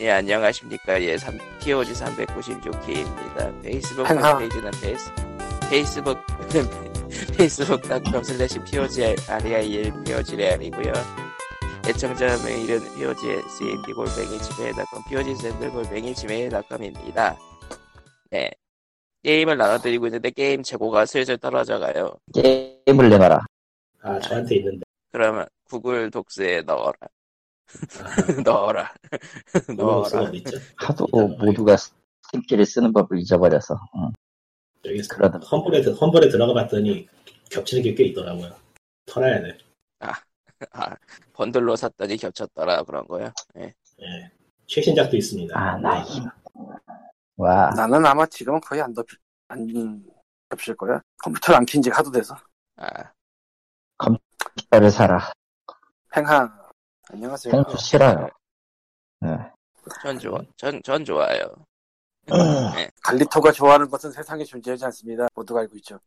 예, 안녕하십니까. 예, 삼, TOG 396K입니다. 페이스북 하나. 페이지는 페이스, 페이스북, 페이스북.com 슬래시 POG REIL POG 레알이고요 애청자 메일은 POG SND 골뱅이 지메일.com, POG 샌들 골뱅이 지메일.com입니다. 네. 게임을 나눠드리고 있는데 게임 재고가 슬슬 떨어져가요. 게임을 내놔라. 아 저한테 있는데 그러면 구글 독스에 넣어라. 넣어라. 넣어라. 어디 아, 있죠? 아, 뭐 하도 뭐 있잖아요. 모두가 스팀키를 쓰는 법을 잊어버려서. 응. 아, 여기 그러다 험블에 드- 험블에 들어가 봤더니 겹치는 게 꽤 있더라고요. 털어야 돼. 아, 번들로 샀더니 겹쳤더라 그런 거야. 예. 예. 최신작도 네. 있습니다. 네. 아, 나 힘. 와, 나는 아마 지금은 거의 안 덮, 안 덮칠 거야. 컴퓨터를 안 킨 지가 하도 돼서. 아, 나를 사라. 행하. 안녕하세요. 생수 싫어요. 전 좋아, 전, 전 좋아요. 예. 갈리토가 좋아하는 것은 세상에 존재하지 않습니다. 모두가 알고 있죠.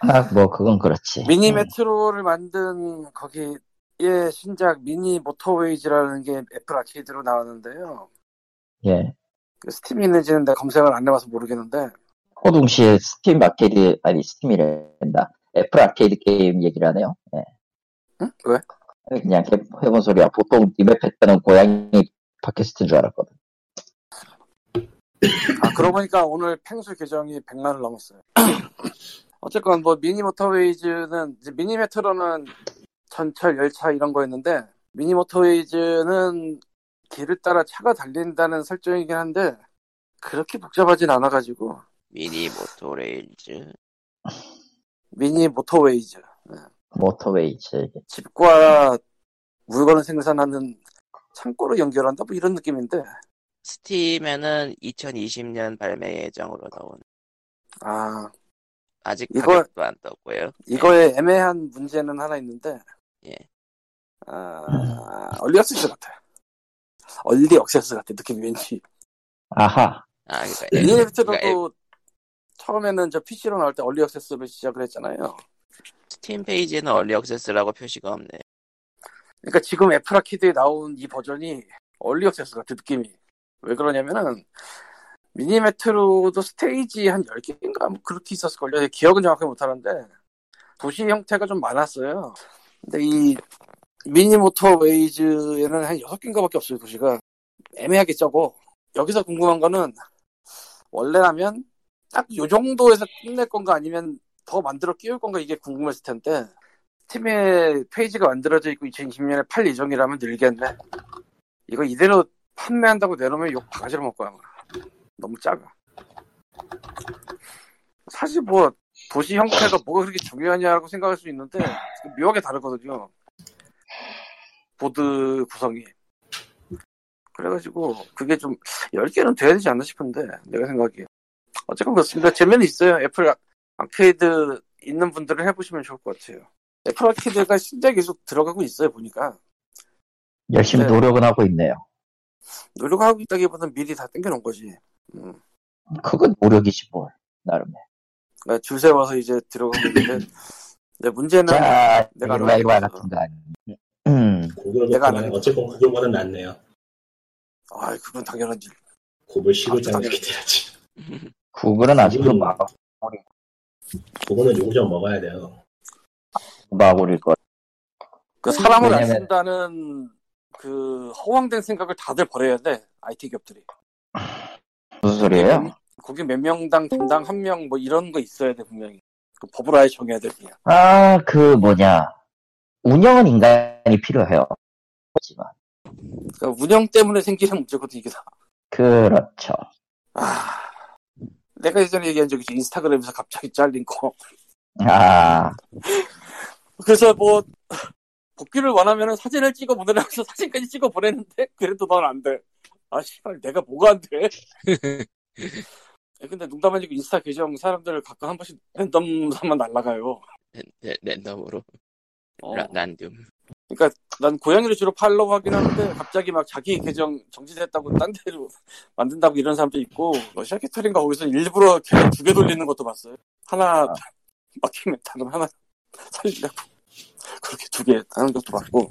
아, 뭐 그건 그렇지. 미니 응. 메트로를 만든 거기의 신작 미니 모터웨이즈라는 게 애플 아케이드로 나왔는데요. 예. 그 스팀이 있는지는 내가 검색을 안 해봐서 모르겠는데 호동시에 스팀 아케이드 아니 스팀이란다. 애플 아케이드 게임 얘기를 하네요. 예. 응? 왜? 아니, 그냥 해- 해본 소리야. 보통 리맵했다는 고양이 팟캐스트인 줄 알았거든. 아 그러고 보니까 오늘 팽수 계정이 100만을 넘었어요. 어쨌건 뭐 미니 모터웨이즈는 이제 미니 메트로는 전철 열차 이런 거였는데 미니 모터웨이즈는 길을 따라 차가 달린다는 설정이긴 한데 그렇게 복잡하진 않아가지고 미니 모토레일즈. 미니 모터웨이즈 모터웨이즈. 집과 물건을 생산하는 창고로 연결한다 뭐 이런 느낌인데 스팀에는 2020년 발매 예정으로 나온. 아 아직 이거- 가격도 안 떴고요. 이거에 애매한 문제는 하나 있는데 예. 아 얼리 액세스 같아 얼리 액세스 같아 느낌이 왠지 아하. 아, 그러니까 앱- 리니비트도 그러니까 앱- 처음에는 저 PC로 나올 때 얼리 액세스로 시작을 했잖아요 스팀 페이지에는 얼리 액세스라고 표시가 없네. 그러니까 지금 애플 아키드에 나온 이 버전이 얼리 액세스 같아 느낌이 왜 그러냐면은 미니 메트로도 스테이지 한 10개인가 뭐 그렇게 있었을걸요 기억은 정확히 못하는데 도시 형태가 좀 많았어요 근데 이 미니 모터웨이즈에는 한 6개인가 밖에 없어요 도시가 애매하게 적고 여기서 궁금한 거는 원래라면 딱 요 정도에서 끝낼 건가 아니면 더 만들어 끼울 건가 이게 궁금했을 텐데 팀의 페이지가 만들어져 있고 2020년에 팔 예정이라면 늘겠네. 이거 이대로 판매한다고 내놓으면 욕 바가지로 먹고 아마. 너무 작아. 사실 뭐 도시 형태가 뭐가 그렇게 중요하냐고 생각할 수 있는데 묘하게 다르거든요. 보드 구성이. 그래가지고 그게 좀 10개는 돼야 되지 않나 싶은데 내가 생각해. 어쨌건 그렇습니다. 재미는 있어요. 애플 아- 아케이드 있는 분들은 해보시면 좋을 것 같아요. 애플 아키드가 신작 계속 들어가고 있어요 보니까 열심히 네. 노력은 하고 있네요. 노력하고 있다기보다는 미리 다 땡겨놓은 거지 음. 그건 노력이지 뭘. 나름. 그러니까 줄 세워서 이제 들어가고 있는데 근데 문제는 자, 네. 내가 내가 일와 알아봤어. 같은 거 아니. 음, 고글 내가 독보는 안 어쨌건 그거보다 낫네요. 아 그건 당연한 일 고글 시골 아, 장기 돼야지. 구글은 아직도 음. 마, 고글은 요거 좀 먹어야 돼요. 마구릴 거. 그 사람을 안 왜냐면- 쓴다는 그 허황된 생각을 다들 버려야 돼 IT 기업들이 무슨 소리예요? 거기 몇 명당 담당 한 명 뭐 이런 거 있어야 돼 분명히 그 법으로 아예 정해야 돼 그냥 아, 그 뭐냐. 운영은 인간이 필요해요. 하지만 그러니까 운영 때문에 생기는 문제거든 이게 다 그렇죠. 아, 내가 예전에 얘기한 적 있지 인스타그램에서 갑자기 잘린 거 아, 그래서 뭐 복귀를 원하면 사진을 찍어 보내라고 사진까지 찍어 보냈는데 그래도 넌 안 돼. 아 씨발 내가 뭐가 안 돼? 예, 근데 농담 아니고 인스타 계정 사람들 가끔 한 번씩 랜덤만 날라가요. 랜, 랜- 랜덤으로. 어. 라- 란둠. 난 고양이를 주로 팔로우 하긴 하는데 갑자기 막 자기 계정 정지됐다고 딴 데로 만든다고 이런 사람도 있고 러시아 캐터링가 거기서 일부러 계정 두개 돌리는 것도 봤어요. 하나 막히면 다른 하나 살리려고 그렇게 두 개 하는 것도 봤고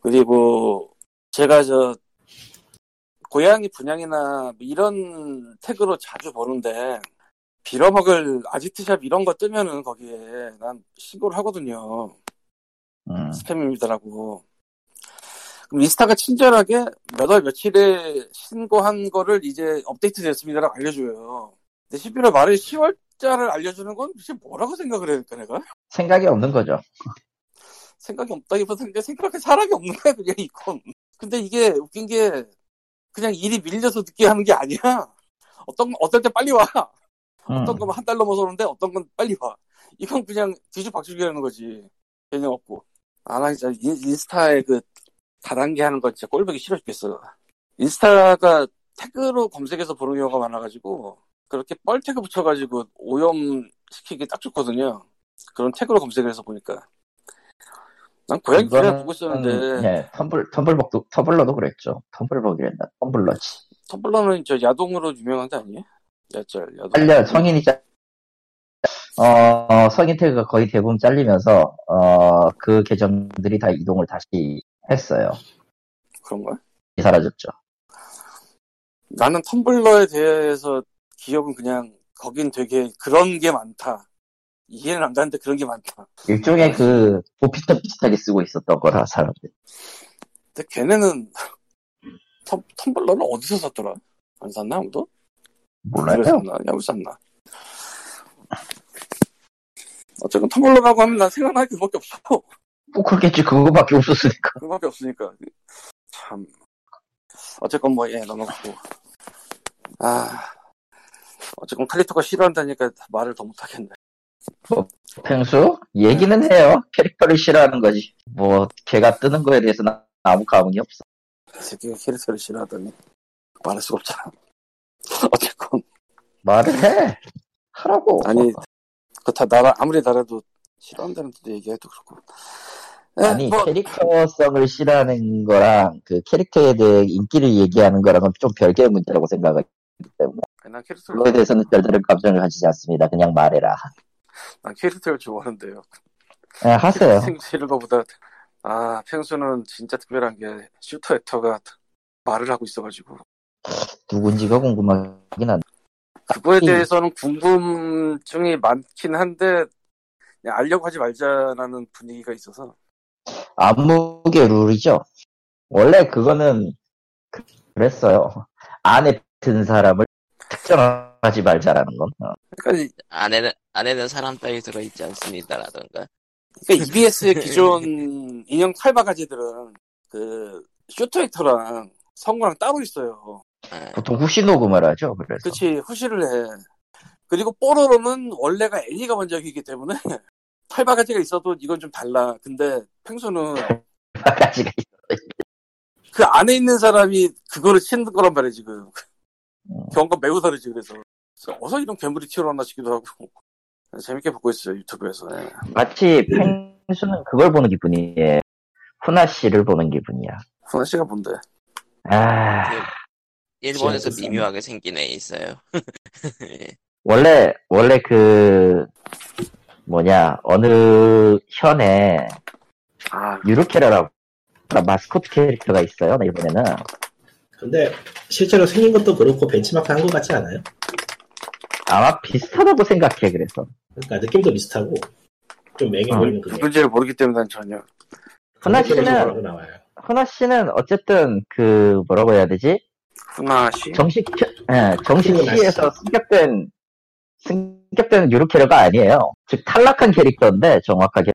그리고 제가 저 고양이 분양이나 뭐 이런 태그로 자주 보는데 빌어먹을 아지트샵 이런 거 뜨면은 거기에 난 신고를 하거든요. 음, 스팸입니다라고. 그럼 인스타가 친절하게 몇 월 며칠에 신고한 거를 이제 업데이트 됐습니다라고 알려줘요. 근데 11월 말에 10월자를 알려주는 건 도대체 뭐라고 생각을 해야 될까 내가? 생각이 없는 거죠. 생각이 없다기보다 그냥 생각할 사람이 없는 거야 그냥 이건. 근데 이게 웃긴 게 그냥 일이 밀려서 늦게 하는 게 아니야. 어떤 어떨 때 빨리 와. 음, 어떤 건 한 달 넘어서 오는데 어떤 건 빨리 와. 이건 그냥 뒤죽박죽이라는 거지. 개념 없고. 아, 나 진짜 인, 인스타에 그 다단계 하는 거 진짜 꼴보기 싫어 죽겠어. 인스타가 태그로 검색해서 보는 경우가 많아가지고 그렇게 뻘 태그 붙여가지고 오염시키기 딱 좋거든요. 그런 태그로 검색해서 보니까. 난 고양이 그냥 이거는, 보고 있었는데 예, 텀블 텀블벅도 텀블러도 그랬죠. 텀블벅이란다. 텀블러지. 텀블러는 저 야동으로 유명한 데 아니에요? 야짤 야동. 잘려 성인이 잘 어, 어, 성인 태그가 거의 대부분 잘리면서 어, 그 계정들이 다 이동을 다시 했어요. 그런 거야? 사라졌죠. 나는 텀블러에 대해서 기억은 그냥 거긴 되게 그런 게 많다. 이해는 안 가는데 그런 게 많다. 일종의 그 보피처 비슷하게 쓰고 있었던 거라 사람들. 근데 걔네는 텀, 텀블러는 어디서 샀더라? 안 샀나 아무도? 몰라요. 그래서 샀나? 야구 샀나? 어쨌든 텀블러라고 하면 난 생각날 그거밖에 없어. 뭐 그렇겠지 그거밖에 없었으니까. 그거밖에 없으니까. 참. 어쨌건 뭐, 예, 넘어가고. 아. 어쨌건 칼리토가 싫어한다니까 말을 더 못하겠네. 펭수 얘기는 해요. 캐릭터를 싫어하는 거지. 뭐 걔가 뜨는 거에 대해서는 아무 감흥이 없어. 이 새끼가 캐릭터를 싫어하다니 말할 수가 없잖아 어쨌건 말을 해. 하라고. 아니 그다 나라 아무리 나라도 싫어한다는 데 얘기해도 그렇고 에, 아니 뭐, 캐릭터성을 싫어하는 거랑 그 캐릭터에 대해 인기를 얘기하는 거랑은 좀 별개의 문제라고 생각하기 때문에 난 캐릭터를 그거에 대해서는 별다른 감정을 가지지 않습니다. 그냥 말해라. 난 캐릭터를 좋아하는데요 그냥 네, 하세요. 생시는 거보다 아 평수는 진짜 특별한 게 슈터 액터가 말을 하고 있어가지고 누군지가 궁금하긴 한데 그거에 음. 대해서는 궁금증이 많긴 한데 그냥 알려고 하지 말자라는 분위기가 있어서 안목의 룰이죠. 원래 그거는 그- 그랬어요. 안에 든 사람을 특정하지 말자라는 건. 어. 그러니까 이- 안에는 안에는 사람 따위 들어있지 않습니다라던가 그러니까 EBS의 기존 인형 칼바가지들은 그 쇼트액터랑 성우랑 따로 있어요. 아, 보통 후시 녹음을 하죠. 그래서 그치 후시를 해. 그리고 뽀로로는 원래가 애니가 원작이기 때문에 칼바가지가 있어도 이건 좀 달라. 근데 펭수는 가지가 그 안에 있는 사람이 그거를 치는 거란 말이야 지금. 경과 매우 다르지 그래서. 그래서 어서 이런 괴물이 튀어나왔나 싶기도 하고. 재밌게 보고 있어요 유튜브에서. 예. 마치 펭수는 그걸 보는 기분이에요. 후나 씨를 보는 기분이야. 후나 씨가 뭔데? 아. 일본에서 지역에서. 미묘하게 생긴 애 있어요 예. 원래 원래 그 뭐냐 어느 현에 아 유로케라라고 마스코트 캐릭터가 있어요 일본에는 근데 실제로 생긴 것도 그렇고 벤치마크 한 것 같지 않아요? 아마 비슷하다고 생각해 그래서 그러니까 느낌도 비슷하고 좀 맹해 아, 보이는 그게 누군지를 모르기 때문에 난 전혀. 흔한 그렇게 씨는- 해서 뭐라고 나와요. 허나 씨는 어쨌든 그 뭐라고 해야 되지 후나 씨. 정식 예, 정식 시에서 승격된 승격된 유로케라가 아니에요 즉 탈락한 캐릭터인데 정확하게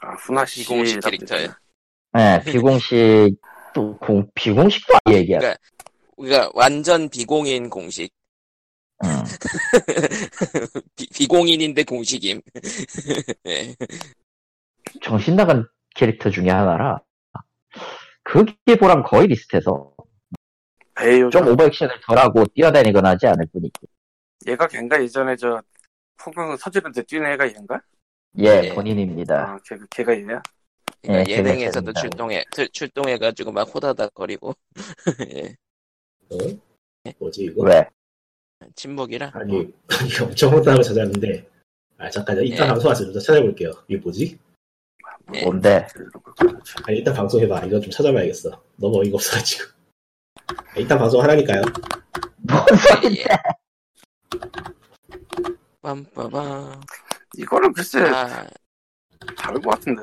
아, 후나시 비공식 캐릭터예요. 예, 비공식 또 공- 비공식도 아니에요 이게 그러니까 우리가 완전 비공인 공식 음. 비, 공인인데 공식임 예. 정신 나간 캐릭터 중에 하나라 그게 보랑 거의 비슷해서 배요. 좀 오버액션을 덜하고 뛰어다니거나 하지 않을 뿐이지 얘가 걔인가 예전에 저 폭풍 서지는데 뛰는 애가 얘인가? 예 예. 본인입니다 아, 걔, 걔가 얘야. 그러니까 예, 예능에서도 재밌습니다. 출동해 출- 출동해가지고 막 호다닥거리고 예. 어? 뭐지 이거? 왜? 침묵이라 아니 아니 엄청 황당하고 찾았는데 아 잠깐요 이따 네. 예. 방송 하세요 좀 찾아볼게요 이게 뭐지? 예. 뭔데? 그런 거 같아. 아니 일단 방송해봐 이거 좀 찾아봐야겠어 너무 어이가 없어가지고 일단 방송하라니까요. 뭔 소리야? 예. 빰빠밤. 이거는 글쎄 아, 다를 것 같은데.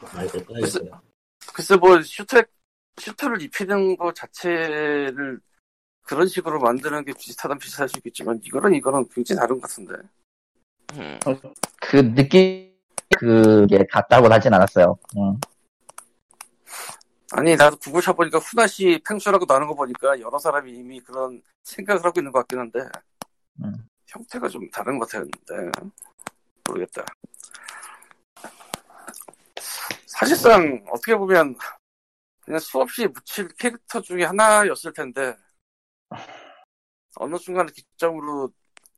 아, 이거 끊어야겠어요. 글쎄 뭐 슈트 슈트를 입히는 거 자체를 그런 식으로 만드는 게 비슷하단 비슷할 수 있겠지만 이거는 이거는 굉장히 다른 것 같은데. 음. 그 느낌 그게 같다고 하진 않았어요. 음. 아니 나도 구글 쳐보니까 후나시 팽수라고 나는 거 보니까 여러 사람이 이미 그런 생각을 하고 있는 것 같긴 한데 음. 형태가 좀 다른 것 같았는데 모르겠다 사실상 어떻게 보면 그냥 수없이 묻힐 캐릭터 중에 하나였을 텐데 어느 순간에 기점으로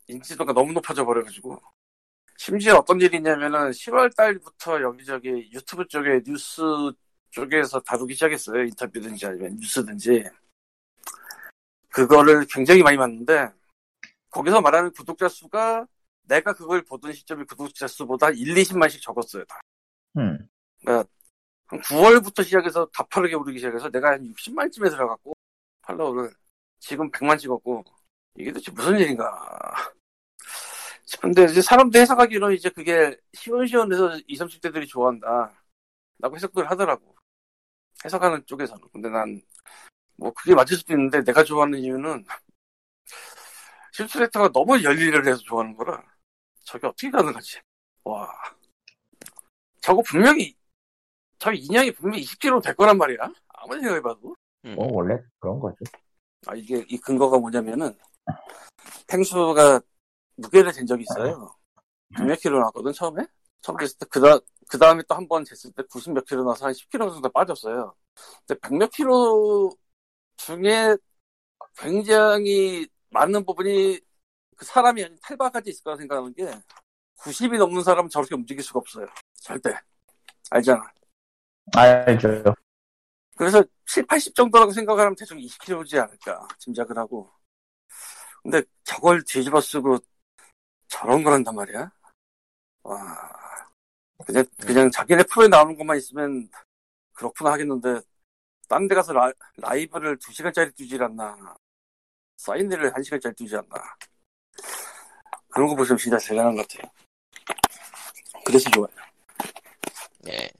인지도가 너무 높아져 버려가지고 심지어 어떤 일이 있냐면은 10월 달부터 여기저기 유튜브 쪽에 뉴스 쪽에서 다루기 시작했어요. 인터뷰든지 아니면 뉴스든지. 그거를 굉장히 많이 봤는데, 거기서 말하는 구독자 수가 내가 그걸 보던 시점의 구독자 수보다 1, 20만씩 적었어요. 다. 그러니까 음. 한 9월부터 시작해서 가파르게 오르기 시작해서 내가 한 60만쯤에 들어갔고, 팔로우를 지금 100만 찍었고, 이게 도대체 무슨 일인가. 근데 이제 사람들 해석하기로는 이제 그게 시원시원해서 20, 30대들이 좋아한다. 라고 해석들 하더라고. 해석하는 쪽에서는. 근데 난, 뭐, 그게 맞을 수도 있는데, 내가 좋아하는 이유는, 실수레터가 너무 열일을 해서 좋아하는 거라, 저게 어떻게 가능하지? 와. 저거 분명히, 저 인형이 분명히 20kg 될 거란 말이야? 아무리 생각해봐도. 음. 뭐 원래 그런 거죠. 아, 이게, 이 근거가 뭐냐면은, 펭수가 무게를 잰 적이 있어요. 100몇 킬로 나왔거든, 처음에? 처음 됐을 때, 그, 다, 그 다음에 또 한 번 쟀을 때 90몇 킬로 나와서 한 10킬로 정도 빠졌어요. 근데 100몇 킬로 중에 굉장히 많은 부분이 그 사람이 아닌 탈바까지 있을 거라 생각하는 게 90이 넘는 사람은 저렇게 움직일 수가 없어요. 절대. 알잖아. 알죠. 그래서 7, 80 정도라고 생각을 하면 대충 20kg지 않을까 짐작을 하고 근데 저걸 뒤집어 쓰고 저런 걸 한단 말이야 와 그냥 그냥 자기네 프로에 나오는 것만 있으면 그렇구나 하겠는데 딴 데 가서 라, 라이브를 2시간짜리 뛰질 않나 사인회를 1시간짜리 뛰지 않나 그런 거 보시면 진짜 대단한 것 같아요 그래서 좋아요 예.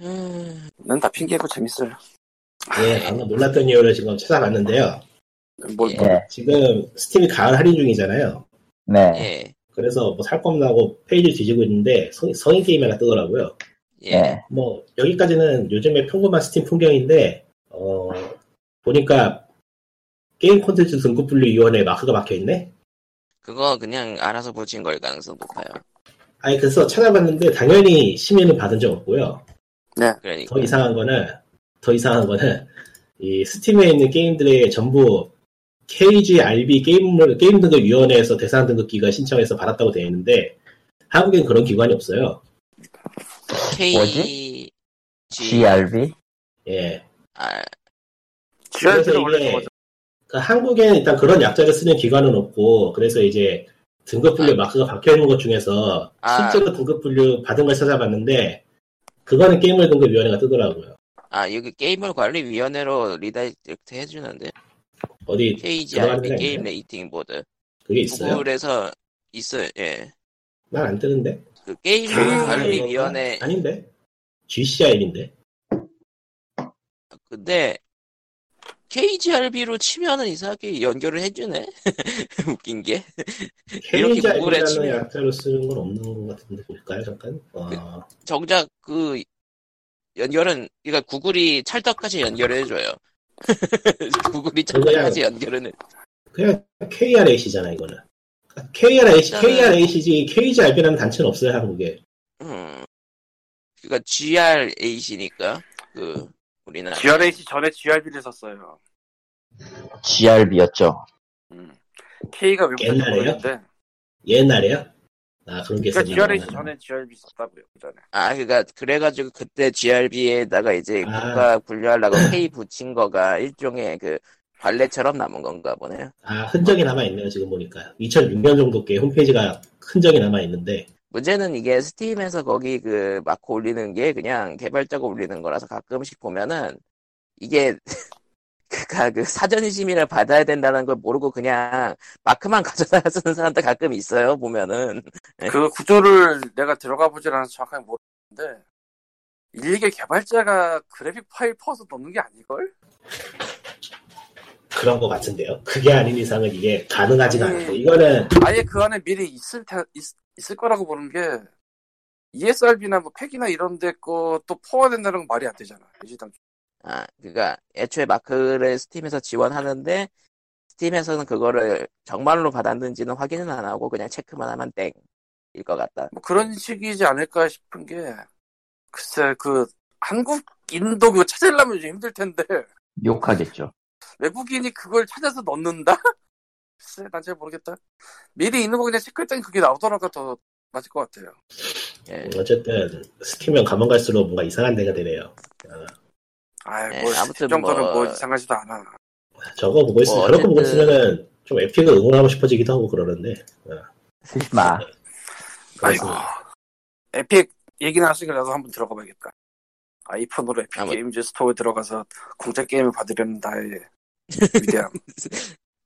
음, 난 다 핑계고 재밌어요 예, 방금 몰랐던 이유를 지금 찾아봤는데요. 뭘 예. 네. 지금 스팀이 가을 할인 중이잖아요. 네. 예. 그래서 뭐 살 겁나고 페이지 뒤지고 있는데 성, 성인 게임 하나 뜨더라고요. 예. 네. 뭐 여기까지는 요즘에 평범한 스팀 풍경인데 어 보니까 게임 콘텐츠 등급 분류 위원회 마크가 박혀 있네. 그거 그냥 알아서 붙인 걸 가능성 높아요. 아니 그래서 찾아봤는데 당연히 심의는 받은 적 없고요. 그러니까. 더 이상한 거는 더 이상한 거는 이 스팀에 있는 게임들의 전부 KGRB 게임을 게임 등급 위원회에서 대상 등급기가 신청해서 받았다고 되어 있는데 한국엔 그런 기관이 없어요. K G GRB. 예. R GRP 는 원래 저거죠. 그러니까 한국에는 일단 그런 약자를 쓰는 기관은 없고 그래서 이제 등급 분류 네. 아. 마크가 박혀 있는 것 중에서 아. 실제로 등급 분류 받은 걸 찾아봤는데 그거는 게임을 등급 위원회가 뜨더라고요. 아 여기 게임을 관리 위원회로 리다이렉트 해주는데 어디 K G R 들어가는 B 데 게임 있나요? 레이팅 보드 그게 있어요? 구글에서 있어요. 예. 난 안 뜨는데. 그 게임 아, 관리 위원회 아닌데. 네. GCI인데. 근데 KGRB로 치면은 이상하게 연결을 해주네. 웃긴 게 이렇게 구글에 KGI라는 치면. 약자로 쓰는 건 없는 것 같은데 볼까요 잠깐? 어, 정작 그 연결은 그러니까 구글이 찰떡같이 연결을 해줘요. 구글이 찰떡같이 연결을 해. 그냥 KRAC잖아 이거는. KRAC, 일단은- KRAC지 KGRB라는 단체는 없어요 한국에. 음. 그러니까 GRAC니까 그 우리나라 GRH 전에 GRB를 썼어요. GRB였죠. 음. K가 왜 붙었는지 옛날에요? 모르겠는데. 옛날에요? 아 그런 게 그러니까 있었나 보네. GRH 전에 GRB 썼다고요. 그전에. 아 그러니까 그래가지고 그때 GRB에다가 이제 아. 국가 분류하려고 K 붙인 거가 일종의 그 발레처럼 남은 건가 보네요. 아, 흔적이 남아있네요, 지금 보니까. 2006년 정도 께 홈페이지가 흔적이 남아있는데, 문제는 이게 스팀에서 거기 그 마크 올리는 게 그냥 개발자가 올리는 거라서 가끔씩 보면은 이게 그니까 그 사전 심의를 받아야 된다는 걸 모르고 그냥 마크만 가져다 쓰는 사람들 가끔 있어요 보면은 네. 그 구조를 내가 들어가 보질 않아서 정확하게 모르겠는데 일개 개발자가 그래픽 파일 퍼서 넣는 게 아닐걸? 그런 것 같은데요. 그게 아닌 이상은 이게 가능하지가 네. 아니. 않아요. 이거는 아예 그 안에 미리 있을 테, 있, 있을 거라고 보는 게 ESRB나 뭐 팩이나 이런 데 거 또 포함된다는 건 말이 안 되잖아. 일단 아 그니까 애초에 마크를 스팀에서 지원하는데 스팀에서는 그거를 정말로 받았는지는 확인은 안 하고 그냥 체크만 하면 땡일 것 같다 뭐 그런 식이지 않을까 싶은 게 글쎄 그 한국인도 그거 찾으려면 좀 힘들 텐데 욕하겠죠. 외국인이 그걸 찾아서 넣는다? 글쎄 난 잘 모르겠다. 미리 있는 거 그냥 체크했더니 그게 나오더라고 더 맞을 것 같아요. 예. 어쨌든 스팀은 가면 갈수록 뭔가 이상한 데가 되네요. 아이 네, 뭐 아무튼 이 정도는 뭐- 뭐... 이상하지도 않아. 저거 보고 있으면 뭐, 저렇게 보고 어쨌든- 있으면은 좀 에픽을 응원하고 싶어지기도 하고 그러는데 쓰지 마. 아이고 그래서 에픽 얘기 나왔으니까 나도 한번 들어가 봐야겠다. 아이폰으로 에픽 아마- 게임즈 스토어에 들어가서 공짜 게임을 받으려는 나의 위대함.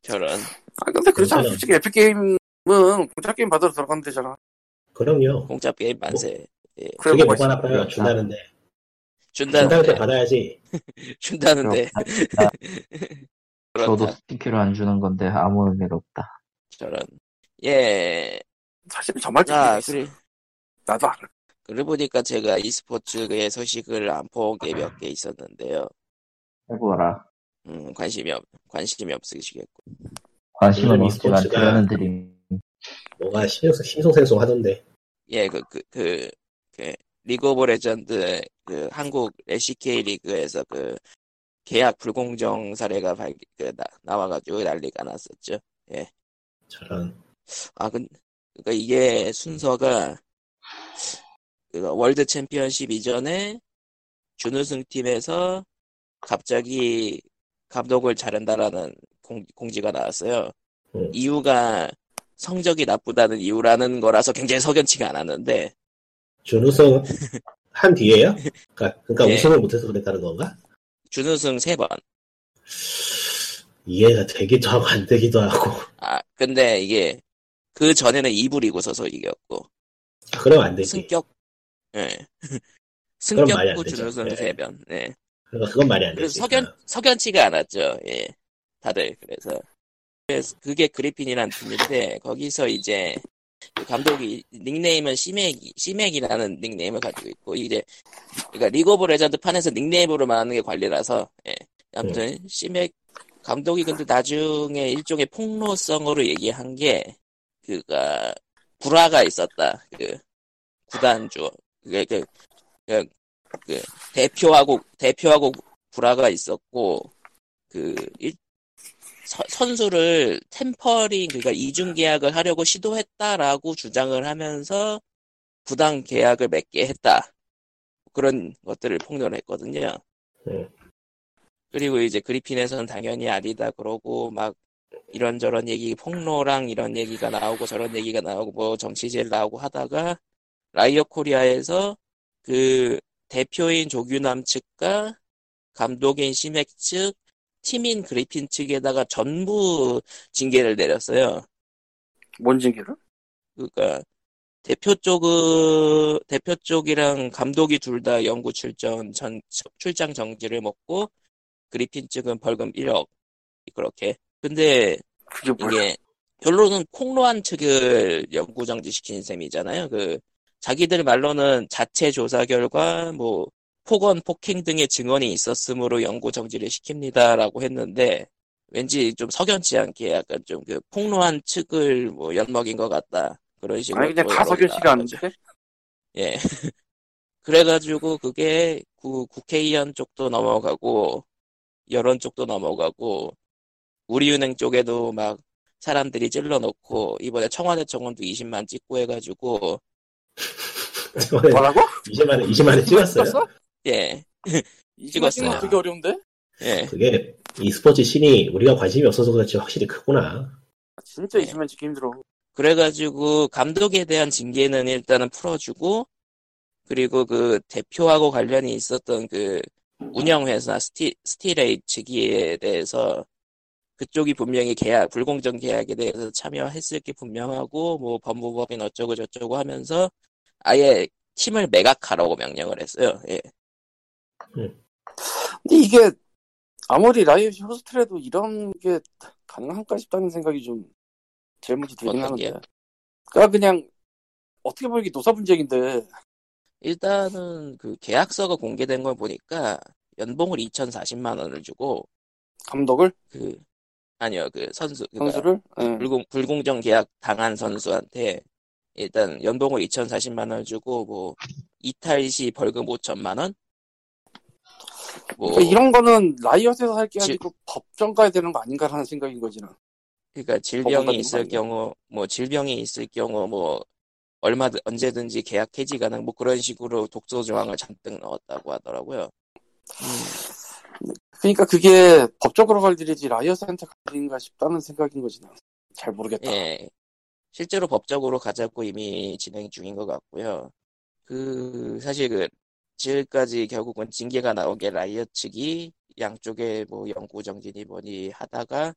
저런 아 근데 그렇잖아. 공짜는- 솔직히 에픽 게임은 공짜 게임 받으러 들어가면 되잖아. 그럼요. 공짜 게임 만세 그래 그게 뭐 뭐가 있어. 나빠요. 준다는데 아, 준다는 데 어, 준다는데 받아야지. 준다는데 네, 그렇다. 어, 저도 그렇다 스티커를 안 주는 건데 아무 의미가 없다. 저런 예 사실 정말 아, 재밌어. 그리, 나도 알아. 그러고 보니까 제가 e스포츠의 소식을 안 본 게 몇 개 있었는데요. 해보라. 음, 관심이 없, 관심이 없으시겠고. 관심은 요즘 없지만 e스포츠가- 그러는 드림. 뭐가 심성- 심성생성 하던데 예, 그, 그, 그, 그, 리그 오브 레전드, 그, 한국 LCK 리그에서 그, 계약 불공정 사례가 발, 그, 나, 나와가지고 난리가 났었죠. 저런 아, 근, 그니까 이게 순서가, 그, 월드 챔피언십 이전에 준우승 팀에서 갑자기 감독을 자른다라는 공, 공지가 나왔어요. 음. 이유가 성적이 나쁘다는 이유라는 거라서 굉장히 석연치가 않았는데, 준우승 한 뒤에요? 그러니까, 그러니까 예. 우승을 못해서 그랬다는 건가? 준우승 세번 이해가 되기도 하고 안 되기도 하고 아, 근데 이게, 그 전에는 2부 리그 서서 이겼고, 아, 그러면 안 되지. 승격, 예. 그럼 말이 안 승격부 되죠. 준우승 예. 세번 예. 그러니까 그건 말이 안 그래서 되지. 석연 석연치가 않았죠. 예, 다들 그래서 그래서 그게 그리핀이란 팀인데 거기서 이제 그 감독이 닉네임은 시맥이 시맥이라는 닉네임을 가지고 있고 이제 그러니까 리그 오브 레전드 판에서 닉네임으로만 하는 게 관리라서 예. 아무튼 네. 시맥 감독이 근데 나중에 일종의 폭로성으로 얘기한 게 그가 불화가 있었다 그 구단주 그게 그, 그, 그 대표하고 대표하고 불화가 있었고 그 일- 서- 선수를 템퍼링 그러니까 이중 계약을 하려고 시도했다라고 주장을 하면서 부당 계약을 맺게 했다 그런 것들을 폭로를 했거든요. 네. 그리고 이제 그리핀에서는 당연히 아니다 그러고 막 이런저런 얘기 폭로랑 이런 얘기가 나오고 저런 얘기가 나오고 뭐 정치질 나오고 하다가 라이어 코리아에서 그 대표인 조규남 측과 감독인 시맥 측, 팀인 그리핀 측에다가 전부 징계를 내렸어요. 뭔 징계를? 그러니까 대표 쪽은 대표 쪽이랑 감독이 둘 다 영구 출전 전 출장 정지를 먹고 그리핀 측은 벌금 1억 그렇게. 근데 그게 뭐야? 이게 그러니까 결론은 콩로한 측을 영구 정지시킨 셈이잖아요. 그 자기들 말로는 자체 조사 결과 뭐 폭언, 폭행 등의 증언이 있었으므로 영구 정지를 시킵니다라고 했는데 왠지 좀 석연치 않게 약간 좀 그 폭로한 측을 뭐 연먹인 것 같다 그런 식으로 아니 그냥 또 다 여론이 석연 씨가 나온 거죠. 아는데? 예. 그래가지고 그게 구- 국회의원 쪽도 넘어가고 여론 쪽도 넘어가고 우리은행 쪽에도 막 사람들이 찔러놓고 이번에 청와대 청원도 20만 찍고 해가지고 아, 저번에 뭐라고? 20만에 20만에 찍었어요. 예, 이거 찍었어요. 되게 어려운데? 예, 그게 e스포츠 신이 우리가 관심이 없어서 그렇지 확실히 크구나. 진짜 네. 이으면 찍기 힘들어. 그래가지고 감독에 대한 징계는 일단은 풀어주고 그리고 그 대표하고 관련이 있었던 그 운영회사 스티, 스틸의 직위에 대해서 그쪽이 분명히 계약, 불공정 계약에 대해서 참여했을 게 분명하고 뭐 법무법인 어쩌고 저쩌고 하면서 아예 팀을 매각하라고 명령을 했어요. 예. 근데 이게 아무리 라이브 호스트라도 이런 게 가능한가 싶다는 생각이 좀 질문이 들긴 어떤 게요? 하는데. 그러니까 그냥 어떻게 보면 이게 노사 분쟁인데 일단은 그 계약서가 공개된 걸 보니까 연봉을 2,040만 원을 주고 감독을 그 아니요 그 선수 그러니까 선수를 예. 불공, 불공정 계약 당한 선수한테 일단 연봉을 2,040만 원을 주고 뭐 이탈 시 벌금 5천만 원? 뭐 그러니까 이런 거는 라이엇에서 할 게 지- 아니고 법정 가야 되는 거 아닌가라는 생각인 거지. 는 그러니까 법원과 질병이 있을 민방위. 경우 뭐 질병이 있을 경우 뭐 얼마 언제든지 계약 해지 가능 뭐 그런 식으로 독소 조항을 잔뜩 넣었다고 하더라고요. 그러니까 그게 법적으로 갈 일이지 라이엇한테 갈 일인가 싶다는 생각인 거지. 는. 잘 모르겠다. 예. 실제로 법적으로 가자고 이미 진행 중인 것 같고요. 그, 사실 그, 지금까지 결국은 징계가 나온 게 라이엇 측이 양쪽에 뭐 영구 정진이 뭐니 하다가,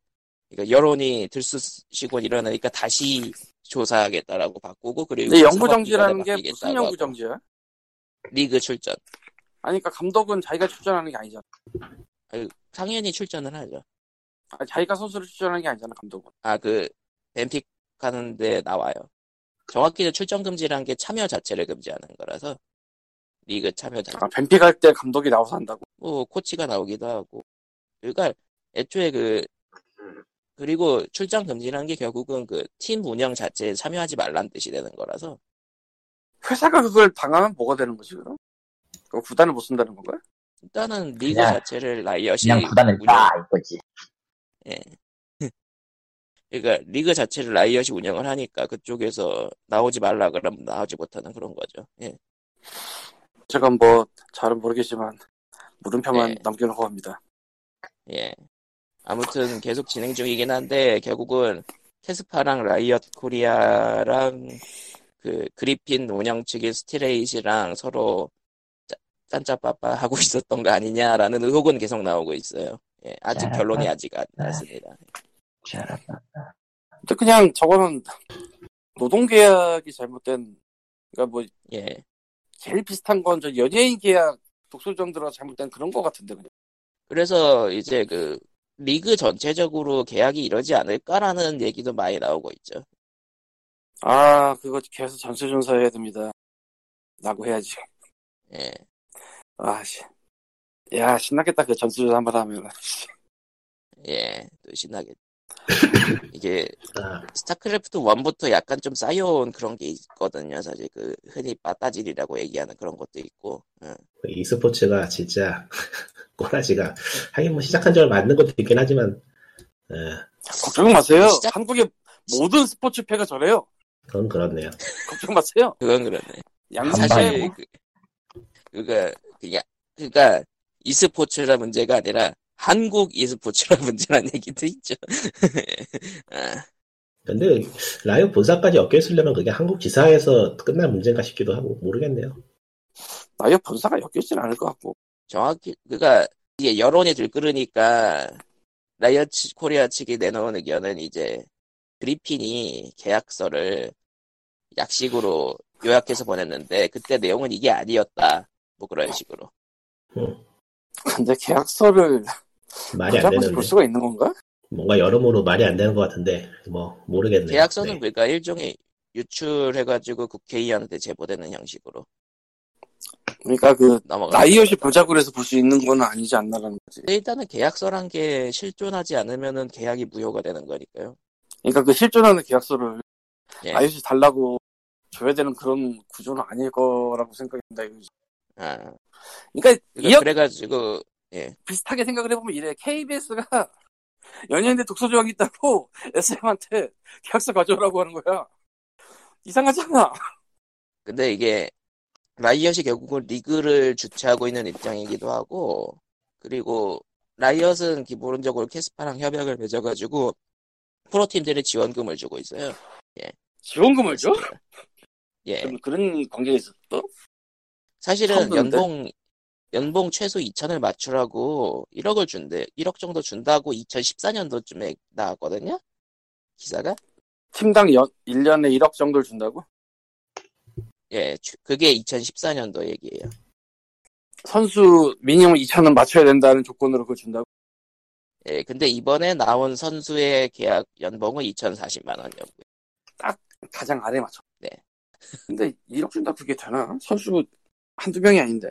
그러니까 여론이 들쑤시고 이러니까 다시 조사하겠다라고 바꾸고, 그리고. 근데 사법 영구정지라는 게 기관에 무슨 맡기겠다고 하고 영구정지야? 리그 출전. 아니, 그러니까 감독은 자기가 출전하는 게 아니잖아. 당연히 출전을 하죠. 아니, 자기가 선수를 출전하는 게 아니잖아, 감독은. 아, 그, 뱀픽 하는데 나와요. 정확히는 출전 금지라는 게 참여 자체를 금지하는 거라서, 리그 참여 자체. 아, 뱀픽 할 때 감독이 나와서 한다고. 뭐 코치가 나오기도 하고 그러니까 애초에 그 그리고 출장 금지라는 게 결국은 그 팀 운영 자체에 참여하지 말란 뜻이 되는 거라서 회사가 그걸 방하면 뭐가 되는 거지, 그럼? 그 구단을 못 쓴다는 건가? 일단은 리그 그냥- 자체를 라이엇이 그냥 구단을 운영- 따 이거지. 그러니까 리그 자체를 라이엇이 운영을 하니까 그쪽에서 나오지 말라 그러면 나오지 못하는 그런 거죠. 예. 제가 뭐, 잘은 모르겠지만, 네. 물음표만 남겨놓고 합니다. 예. 아무튼 계속 진행 중이긴 한데 결국은 캐스파랑 라이엇 코리아랑 그 그리핀 운영 측의 스트레이시랑 서로 짜- 짠짜빠빠 하고 있었던 거 아니냐라는 의혹은 계속 나오고 있어요. 예, 아직 네, 결론이 네. 아직 안 났습니다. 근데 그냥 저거는 노동계약이 잘못된, 그러니까 뭐, 예, 제일 비슷한 건 저 연예인 계약 독소정 들어 잘못된 그런 거 같은데, 그냥. 그래서 이제 그 리그 전체적으로 계약이 이러지 않을까라는 얘기도 많이 나오고 있죠. 아, 그거 계속 전세조사 해야 됩니다. 라고 해야지. 예, 아, 씨. 야, 신났겠다. 그 전수조사 한번 하면. 예, 또 신나게 이게 아, 스타크래프트 1부터 약간 좀 쌓여온 그런 게 있거든요. 사실 그 흔히 빠따질이라고 얘기하는 그런 것도 있고. 응. 그 e스포츠가 진짜 꼬라지가 하긴 뭐 시작한 지 얼마 안 된 것도 있긴 하지만 예, 걱정 마세요. 시작- 한국의 모든 스포츠패가 저래요. 그건 그렇네요. 걱정 마세요. 그건 그러네. 반반이네. 사실 양사시에 뭐 그, 그가 그냥 그러니까 e스포츠라 문제가 아니라 한국 e스포츠라 문제라는 얘기도 있죠. 아, 근데 라이브 본사까지 엮여 있으려면 그게 한국 지사에서 끝날 문제인가 싶기도 하고 모르겠네요. 나이어 본사가 엮여있진 않을 것 같고. 정확히 그가 이게 여론이 들끓으니까 라이엇 코리아 측이 내놓은 의견은 이제 그리핀이 계약서를 약식으로 요약해서 보냈는데 그때 내용은 이게 아니었다. 뭐 그런 식으로. 근데 계약서를 말이 안 보자고서 되는데 볼 수가 있는 건가? 뭔가 여러모로 말이 안 되는 것 같은데 뭐 모르겠네요. 계약서는 네. 그러니까 일종의 유출해가지고 국회의원한테 제보되는 형식으로 그러니까 그 넘어가. 나이엇이 보자고 해서 볼 수 있는 건 아니지 않나라는 거지. 일단은 계약서란 게 실존하지 않으면은 계약이 무효가 되는 거니까요. 그러니까 그 실존하는 계약서를 예. 나이엇이 달라고 줘야 되는 그런 구조는 아닐 거라고 생각합니다. 이거지. 아, 그러니까 그러니까 이역 그래가지고 비슷하게 생각을 해보면 이래. KBS가 연예인들 독소 조항이 있다고 SM한테 계약서 가져오라고 하는 거야. 이상하잖아. 근데 이게 라이엇이 결국은 리그를 주최하고 있는 입장이기도 하고 그리고 라이엇은 기본적으로 캐스파랑 협약을 맺어가지고 프로팀들의 지원금을 주고 있어요. 지원금을 줘? 예. 그럼 그런 관계가 있었어? 처음 사실은 듣는데? 연봉 연봉 최소 2천을 맞추라고 1억을 준대 1억 정도 준다고 2014년도쯤에 나왔거든요 기사가 팀당 연, 1년에 1억 정도를 준다고? 예 추- 그게 2014년도 얘기예요 선수 미니멈 2천은 맞춰야 된다는 조건으로 그걸 준다고? 예 근데 이번에 나온 선수의 계약 연봉은 2,040만 원이었고요 가장 아래 맞춰. 네. 근데 1억 준다 그게 되나? 선수 한두 명이 아닌데.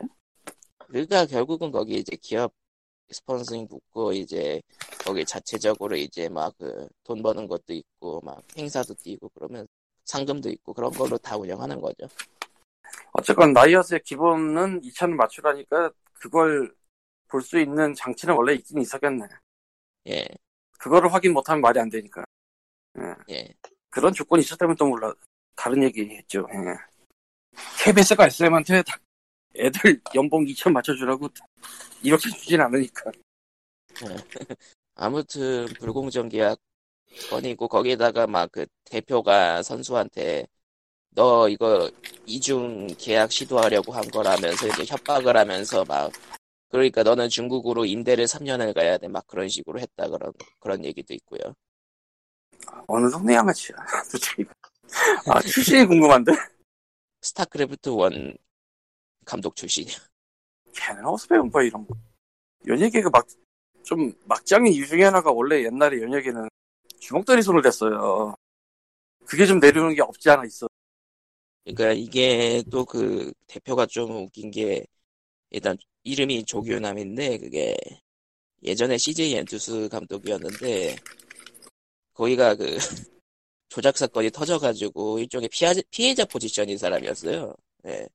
그러니까 결국은 거기 이제 기업 스폰서링 붙고 이제 거기 자체적으로 이제 막 그 돈 버는 것도 있고 막 행사도 뛰고 그러면 상금도 있고 그런 걸로 다 운영하는 거죠 어쨌건 라이엇의 기본은 2천을 맞추라니까 그걸 볼 수 있는 장치는 원래 있긴 있었겠네. 예 그거를 확인 못하면 말이 안 되니까. 예. 그런 조건이 있었다면 또 몰라. 다른 얘기 했죠. 예. KBS가 SM한테 다- 애들 연봉 2천 맞춰주라고 이렇게 주진 않으니까. 아무튼 불공정 계약건이고 거기에다가 막 그 대표가 선수한테 너 이거 이중 계약 시도하려고 한 거라면서 이렇게 협박을 하면서 막 그러니까 너는 중국으로 임대를 3년을 가야 돼 막 그런 식으로 했다 그런 그런 얘기도 있고요. 어느 동네 양아치야. 도대체 이거. 아, 출신이 궁금한데? 스타크래프트 1 감독 출신. 걔는 허스페용과 이런 거. 연예계가 그 막, 좀, 막장인 이유 중에 하나가 원래 옛날에 연예계는 주먹다리 손을 댔어요. 그게 좀 내려오는 게 없지 않아 있어. 그러니까 이게 또 그 대표가 좀 웃긴 게 일단 이름이 조규남인데 그게 예전에 CJ 엔투스 감독이었는데 거기가 그 조작 사건이 터져가지고 일종의 피해, 피해자 포지션인 사람이었어요. 예.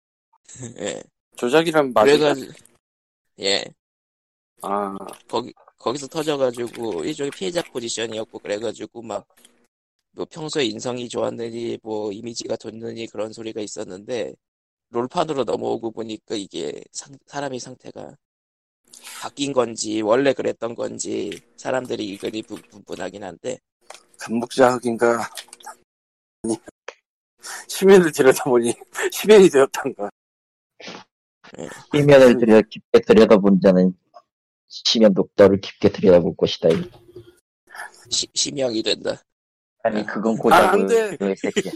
예. 조작이란 말이. 그래가지고 예. 아, 거기, 거기서 터져가지고, 일종의 피해자 포지션이었고, 그래가지고, 막, 뭐, 평소에 인성이 좋았느니, 뭐, 이미지가 좋느니, 그런 소리가 있었는데, 롤판으로 넘어오고 보니까 이게 상- 사람의 상태가 바뀐 건지, 원래 그랬던 건지, 사람들이 의견이 분- 분분하긴 한데, 금북자학인가. 아니, 시민을 들여다보니 시민이 되었단가. 시면을 들여 깊게 들여다본 자는 시면 독자를 깊게 들여다볼 것이다. 이. 시, 심형이 된다. 아니 아, 그건 안 고작을 돼. 그거의 새끼야.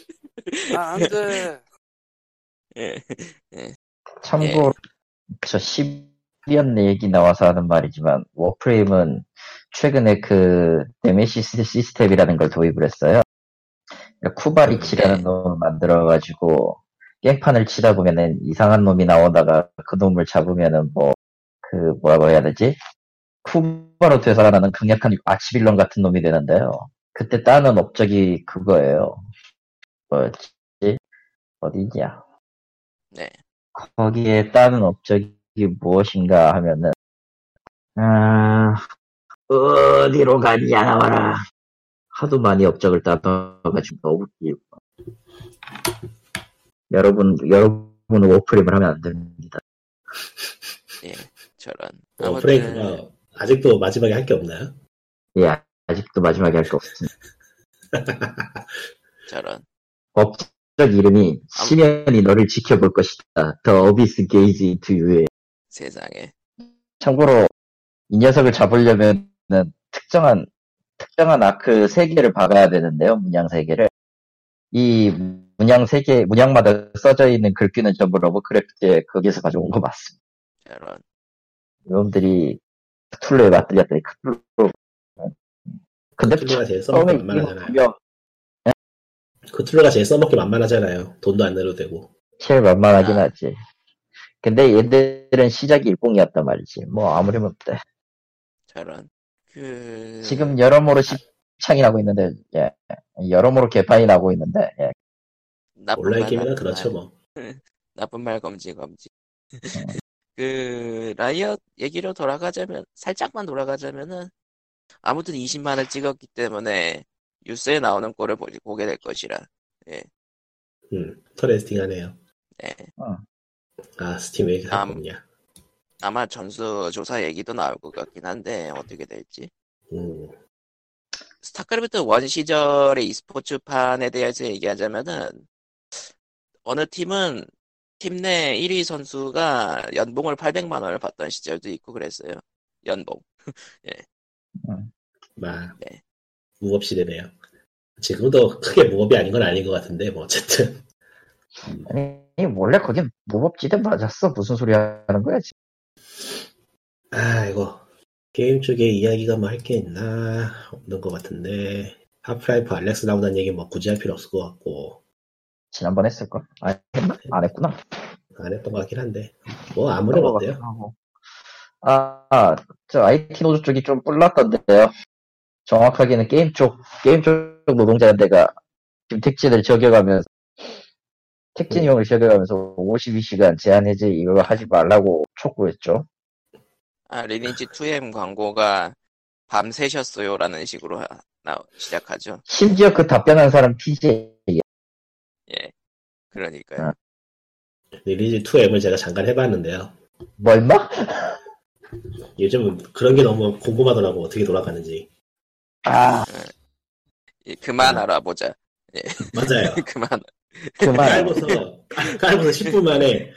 아, 안 돼. 예. 참고로 저 10년 내 얘기 나와서 하는 말이지만 워프레임은 최근에 그 네메시스 시스템이라는 걸 도입을 했어요. 그러니까 쿠바리치라는 네. 놈을 만들어가지고 깽판을 치다 보면은 이상한 놈이 나오다가 그 놈을 잡으면은 뭐 그 뭐라고 해야 되지? 쿠바로 되살아나는 강력한 아치빌런 같은 놈이 되는데요. 그때 따는 업적이 그거예요. 뭐였지? 어디냐? 거기에 따른 업적이 무엇인가 하면은 아, 어디로 가냐 나와라 하도 많이 업적을 따가지고 너무 길고 여러분 여러분 워프림을 하면 안 됩니다. 저런. 어, 프레이크가 아직도 마지막에 할 게 없나요? 예 아직도 마지막에 할 게 없습니다. 저런. 업적 이름이 시면이 너를 지켜볼 것이다. The Abyss Gaze into You의 세상에. 참고로 이 녀석을 잡으려면은 특정한 특정한 아크 세 개를 박아야 되는데요. 문양 세 개를 이 문양 세개 문양마다 써져 있는 글귀는 전부 러브크래프트에 거기서 가져온 거 맞습니다. 저런. 이놈들이 툴로에 맞들렸더니 툴로 근데 그툴로가 제일 처음에 써먹기 이거 구경 만만하잖아요. 그툴로가 제일 써먹기 만만하잖아요. 돈도 안 내도 되고. 제일 만만하긴 아. 하지. 근데 얘들은 시작이 일봉이었단 말이지. 뭐 아무리 못때 저런. 그. 지금 여러모로 시창이 나고 있는데 예 여러모로 개판이 나고 있는데 예. 나쁜 온라인 말 게임이나 나쁜 그렇죠 뭐. 나쁜 말 검지 검지. 그 라이엇 얘기로 돌아가자면 살짝만 돌아가자면은 아무튼 20만을 찍었기 때문에 뉴스에 나오는 꼴을 보- 보게 될 것이라. 음, 터레스팅하네요. 네. 아 스팀 왜 이렇게 아, 없냐. 아마 전수 조사 얘기도 나올 것 같긴 한데 어떻게 될지. 음, 스타크래프트 원 시절의 e스포츠판에 대해서 얘기하자면은 어느 팀은 팀 내 1위 선수가 연봉을 800만 원을 받던 시절도 있고 그랬어요. 연봉. 막 네. 무법 시대네요. 지금도 크게 무법이 아닌 건 아닌 것 같은데 뭐 어쨌든 아니 원래 거긴 무법지대 맞았어 무슨 소리 하는 거야 지금 아이고 게임 쪽에 이야기가 뭐 할 게 있나 없는 것 같은데 하프라이프 알렉스 나오다는 얘기 뭐 굳이 할 필요 없을 것 같고 지난번 했을걸? 아 했나? 안 했구나 안 했던 것 같긴 한데 뭐 아무래도 어때요? 아, 아저 IT 노조 쪽이 좀 뿔났던데요 정확하게는 게임 쪽 게임 쪽 노동자들가 지금 택진을 적용하면서 네. 택진 이용을 적용하면서 52시간 제한 해제 이거 하지 말라고 촉구했죠 아, 리니지 2M 광고가 밤새셨어요라는 식으로 하- 나 시작하죠. 심지어 그 답변한 사람 PJ 그러니까요. 아. 리니지 2M을 제가 잠깐 해봤는데요. 뭘마? 뭐? 요즘 그런 게 너무 궁금하더라고 어떻게 돌아가는지 아, 예, 그만 네. 알아보자. 맞아요. 그만. 그만 깔고서 깔고서 10분 만에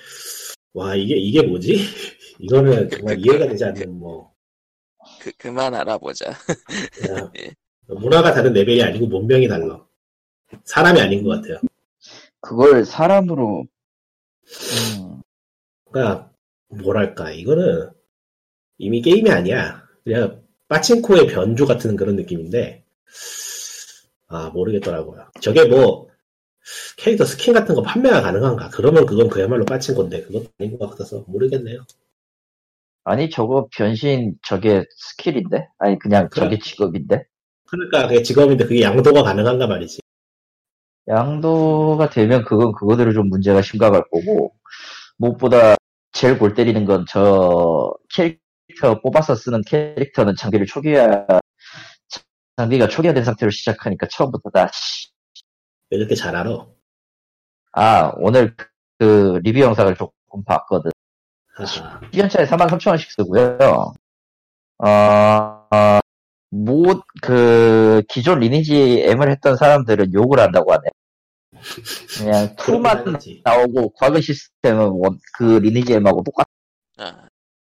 와 이게 이게 뭐지? 이거는 정말 이해가 되지 않는 뭐 그, 그만 알아보자. 그냥 예. 문화가 다른 레벨이 아니고 문명이 달라. 사람이 아닌 것 같아요. 그걸 사람으로 음, 그러니까 뭐랄까 이거는 이미 게임이 아니야. 그냥 빠친코의 변조 같은 그런 느낌인데 아 모르겠더라고요. 저게 뭐 캐릭터 스킨 같은 거 판매가 가능한가? 그러면 그건 그야말로 빠친건데 그건 아닌 것 같아서 모르겠네요. 아니 저거 변신 저게 스킬인데 아니 그냥 저게 직업인데 그러니까 그게 직업인데 그게 양도가 가능한가 말이지. 양도가 되면 그건 그거대로 좀 문제가 심각할 거고 무엇보다 제일 골 때리는 건 저 캐릭터 뽑아서 쓰는 캐릭터는 장비를 초기화 장비가 초기화된 상태로 시작하니까 처음부터 다시 왜 이렇게 잘 알아? 아 오늘 그 리뷰 영상을 조금 봤거든. 하하. 1년차에 43,000원씩 쓰고요. 어, 어, 모, 그, 기존 리니지 M을 했던 사람들은 욕을 한다고 하네. 그냥 투만 그런지. 나오고, 과거 시스템은 원, 그 리니지 M하고 똑같, 아,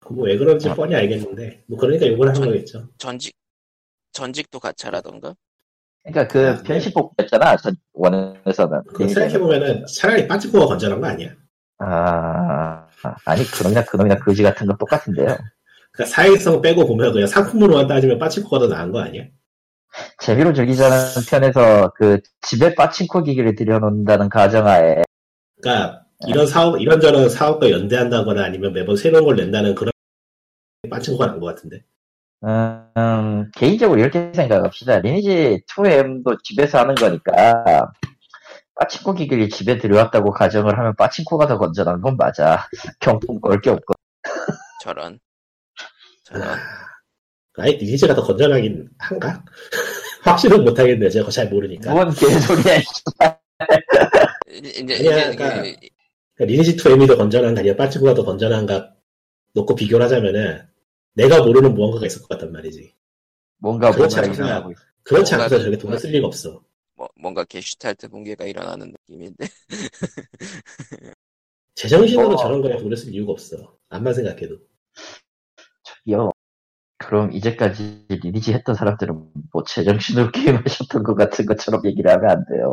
뭐왜 그런지 뻔히 알겠는데 뭐 그러니까 욕을 하는 거겠죠. 전직, 전직도 가차라던가? 그러니까 그 변신복였잖아, 전, 원에서는. 그 생각해 보면은 차라리 빠친코가 건전한 거 아니야? 아, 아니, 그놈이나 그놈이나 거지 같은 건 똑같은데요. 그러니까 사회성 빼고 보면 그냥 상품으로만 따지면 빠친코가 더 나은 거 아니야? 재미로 즐기자는 편에서 그 집에 빠친코 기기를 들여놓는다는 가정하에 그러니까 이런 사업 이런저런 사업과 연대한다거나 아니면 매번 새로운 걸 낸다는 그런 빠친코가 난 것 같은데. 음, 개인적으로 이렇게 생각합시다. 리니지 2M도 집에서 하는 거니까, 빠친코 기기를 집에 들여왔다고 가정을 하면 빠친코가 더 건전한 건 맞아. 경품 걸 게 없고. 저런. 저런. 아, 아니 리니지가 더 건전하긴 한가? 확실은 못하겠네. 제가 잘 모르니까. 뭔 개소리야, 이씨. 이제, 이제, 이제 예, 그냥 네. 약간- 그- 그러니까 리니지 2M이 더 건전한가 아니면 빠친코가 더 건전한가 놓고 비교를 하자면은 내가 모르는 무언가가 있을 것 같단 말이지. 뭔가 그렇지 뭔가 않구나. 이상하고 있어. 그렇지 않고서 뭔가- 저렇게 돈을 쓸 리가 없어. 뭐, 뭔가 게슈탈트 붕괴가 일어나는 느낌인데. 제정신으로 어. 저런 거에 돈을 쓸 이유가 없어. 암만 생각해도. 저기요. 그럼 이제까지 리니지 했던 사람들은 뭐 제정신으로 게임하셨던 것 같은 것처럼 얘기를 하면 안 돼요.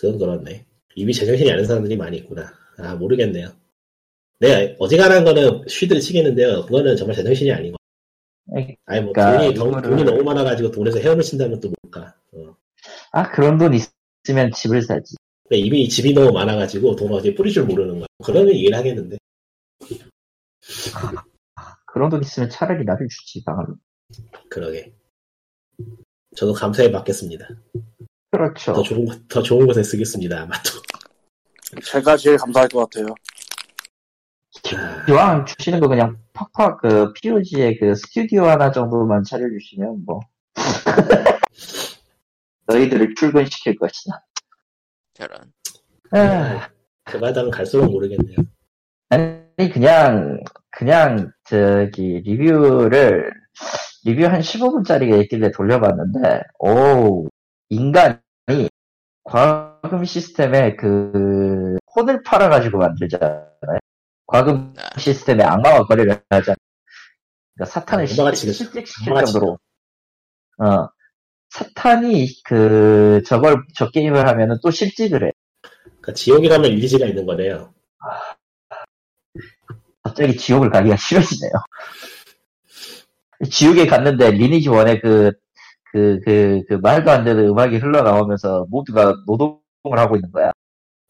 그건 그렇네. 이미 제정신이 아닌 사람들이 많이 있구나. 아, 모르겠네요. 네, 어지간한 거는 쉬들 치겠는데요. 그거는 정말 제정신이 아닌 거. 아니, 뭐, 그러니까 돈이, 너무, 이거를- 돈이 너무 많아가지고 돈에서 헤엄을 친다면 또 뭘까. 어. 아, 그런 돈 있으면 집을 사지. 근데 이미 집이 너무 많아가지고 돈을 어디 뿌릴 줄 모르는 거야. 그러면 이해를 하겠는데. 그런 돈 있으면 차라리 나를 주지, 아, 방을. 그러게. 저도 감사해 받겠습니다. 그렇죠. 더 좋은, 곳- 더 좋은 곳에 쓰겠습니다. 아마 또. 제가 제일 감사할 것 같아요. 아, 기왕 주시는 거 그냥 팍팍 그 POG의 그 스튜디오 하나 정도만 차려주시면 뭐 너희들을 출근시킬 것이다. 저런. 아, 그 바닥은 갈수록 모르겠네요. 아니 그냥 그냥 저기 리뷰를 리뷰 한 15분짜리가 있길래 돌려봤는데, 오, 인간이 과금 시스템에 그, 혼을 팔아가지고 만들잖아요. 과금 아. 시스템에 악마와 거래를 하잖아요. 그러니까 사탄을 아, 악마가 실직- 지금- 실직시킬 악마가 정도로. 어. 사탄이 그, 저걸, 저 게임을 하면은 또 실직을 해. 그러니까 지옥이라면 일리지가 있는 거네요. 갑자기 지옥을 가기가 싫어지네요. 지옥에 갔는데 리니지 원의 그, 그, 그, 그 말도 안 되는 음악이 흘러나오면서 모두가 노동을 하고 있는 거야.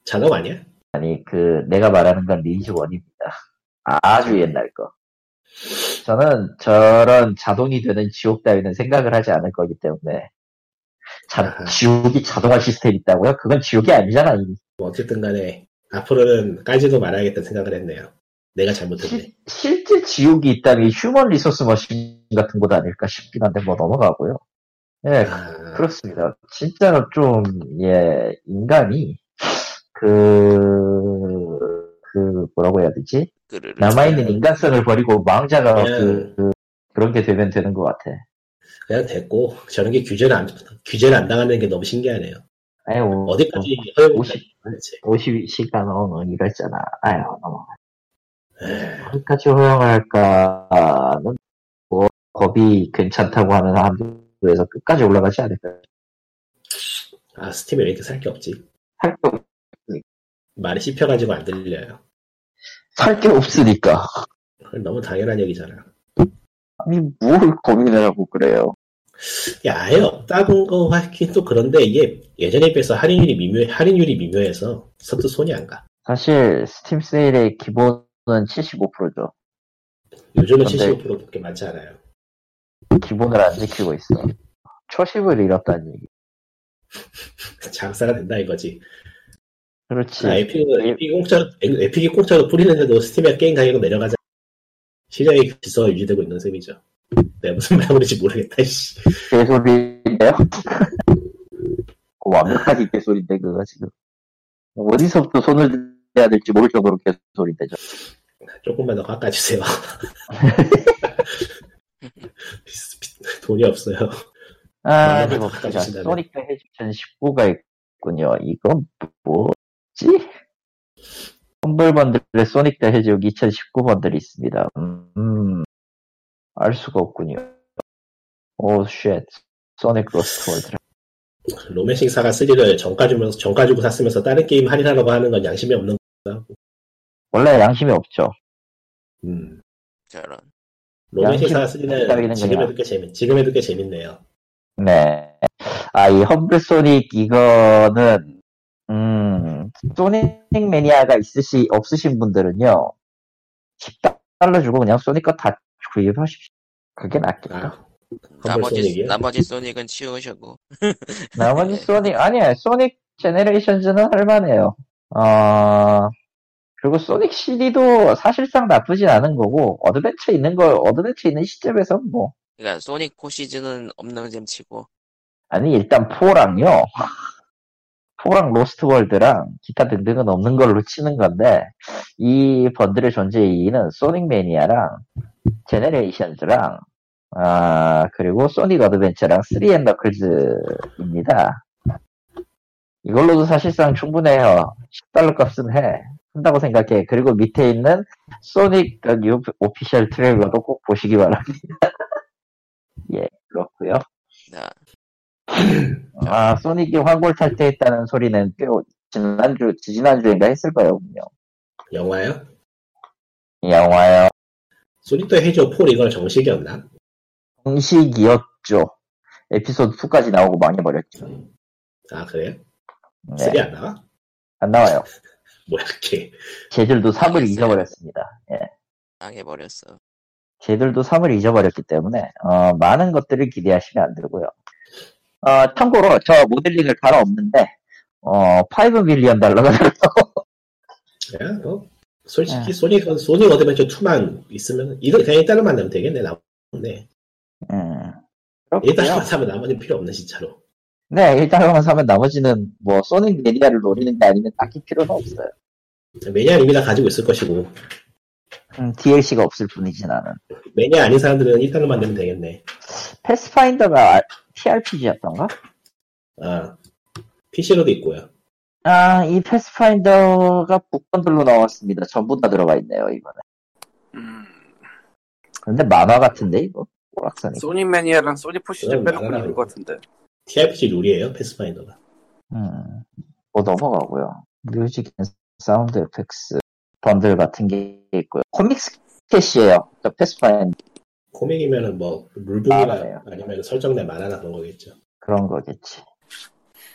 작업 아니야? 아니, 그, 내가 말하는 건 리니지 원입니다. 네. 아주 옛날 거. 저는 저런 자동이 되는 지옥 따위는 생각을 하지 않을 거기 때문에. 자, 아하. 지옥이 자동화 시스템 있다고요? 그건 지옥이 아니잖아, 이미. 뭐 어쨌든 간에 앞으로는 까지도 말아야겠다는 생각을 했네요. 내가 잘못했네. 실, 실제 지옥이 있다면 휴먼 리소스 머신 같은 곳 아닐까 싶긴 한데 뭐 넘어가고요. 예, 아, 그렇습니다. 진짜로 좀, 예, 인간이, 그, 그, 뭐라고 해야 되지? 그르르. 네. 남아있는 인간성을 버리고 망자가 그, 그냥, 그런 게 되면 되는 것 같아. 그냥 됐고 저런 게 규제를 안 규제를 안 당하는 게 너무 신기하네요. 아유, 뭐 어디까지 허용 50, 50시간 어, 이랬잖아. 아유, 넘어. 어디까지 허용할까는, 뭐, 법이 괜찮다고 하는 한도에서 끝까지 올라가지 않을까. 아 스팀에 왜 이렇게 살 게 없지? 할 게 말이 씹혀가지고 안 들려요. 없으니까. 그건 너무 당연한 얘기잖아. 아니, 뭘 고민을 하고 그래요. 이게 아예 없다는 거 하긴 또 그런데 이게 예전에 비해서 할인율이 미묘 할인율이 미묘해서 서도 손이 안 가. 사실 스팀 세일의 기본은 75%죠. 요즘은 근데- 75%밖에 많지 않아요. 기본을 안 지키고 있어. 초심을 잃었다는 얘기. 장사가 된다 이거지. 그렇지. 아, 에픽, 예. 에픽 공짜로, 에픽이 공짜로 뿌리는데도 스팀의 게임 가격은 내려가자. 시장의 질서가 유지되고 있는 셈이죠. 내가 무슨 말인지 모르겠다, 씨. 개소리인데요? 그 완벽하게 개소리인데 그거 지금. 어디서부터 손을 대야 될지 모를 정도로 개소리인데 죠 조금만 더 깎아주세요. 돈이 없어요. 아, 음, 네, 뭐 잠깐 보자. 주시다네. 소닉 더 해주천 19가 있군요. 이건 뭐지? 험블 번들의 소닉 더 해적 2019 번들이 있습니다. 음, 음, 알 수가 없군요. 오, 쉣. 소닉 로스트 월드. 로맨싱사가 3를 정가 주면서, 정가 주고 샀으면서 다른 게임 할인하라고 하는 건 양심이 없는 거고. 원래 양심이 없죠. 음. 저런. 로맨싱사가 양심 네, 없다기는 3는 지금 그냥. 해도 꽤 재밌, 지금 해도 꽤 재밌네요. 네. 아, 이 험블 소닉 이거는, 음, 소닉 매니아가 있으시, 없으신 분들은요, 10달러 주고 그냥 소닉 거 다 구입하십시오. 그게 낫겠다. 아, 나머지 소닉이요? 나머지 소닉은 치우셨고 나머지 소닉, 아니야, 소닉 제네레이션즈는 할만해요. 어, 그리고 소닉 CD도 사실상 나쁘진 않은 거고, 어드벤처 있는 거, 어드벤처 있는 시점에서 뭐, 그러니까 소닉 코시즈는 없는 셈 치고 아니, 일단 4랑요, 4랑 로스트 월드랑 기타 등등은 없는 걸로 치는 건데, 이 번들의 존재 이유는 소닉 매니아랑 제네레이션즈랑, 아, 그리고 소닉 어드벤처랑 3앤 너클즈입니다. 이걸로도 사실상 충분해요. 10달러 값은 해. 한다고 생각해. 그리고 밑에 있는 소닉 더 뉴 오피셜 트레일러도 꼭 보시기 바랍니다. 예, 그렇고요 나 아, 소닉이 환골 탈퇴했다는 소리는 꽤 오- 지난주, 지난주인가 했을 거예요, 분명. 영화요? 이 영화요. 소닉도 해줘, 폴 이거는 정식이었나? 공식이었죠. 에피소드 2까지 나오고 망해버렸죠. 아, 그래요? 네, 3 안 나와? 안 나와요. 뭐야, 이렇게. 제들도 3을 알겠어요. 잊어버렸습니다. 예. 당해버렸어. 제들도 3을 잊어버렸기 때문에, 어, 많은 것들을 기대하시면 안 되고요. 어, 참고로, 저 모델링을 갈아 없는데, 어, 5 밀리언 달러가 야, 뭐, 네. 솔직히 소닉, 소닉 어드벤처 2만 있으면, 이거 그냥 1달러 만나면 되겠네, 나오네. 음. 1달러만 그렇고요. 사면 나머지는 필요 없네, 진짜로. 네, 1달러만 사면 나머지는 뭐, 소닉 메디아를 노리는 게 아니면 딱히 필요는 없어요. 매니아 이미 다 가지고 있을 것이고, 음, DLC가 없을 뿐이지 나는. 매니아 아닌 사람들은 1달러만 내면 되겠네. 패스파인더가 아, TRPG였던가? 아, PC로도 있고요. 아, 이 패스파인더가 북번들로 나왔습니다. 전부 다 들어가 있네요, 이번에. 음, 근데 만화 같은데, 이거? 오락산이. 소니 매니아랑 소니 푸시즈 그건 빼놓고 많아요. 있는 것 같은데. TRPG 룰이에요, 패스파인더가. 음, 뭐 넘어가고요. 뮤직 앤 사운드 에펙스 번들 같은 게 있고요. 코믹스 캐시예요. 그러니까 패스파인 코믹이면은 뭐, 알아요. 룰북이나 아니면 설정된 만화나 그런 거겠죠. 그런 거겠지.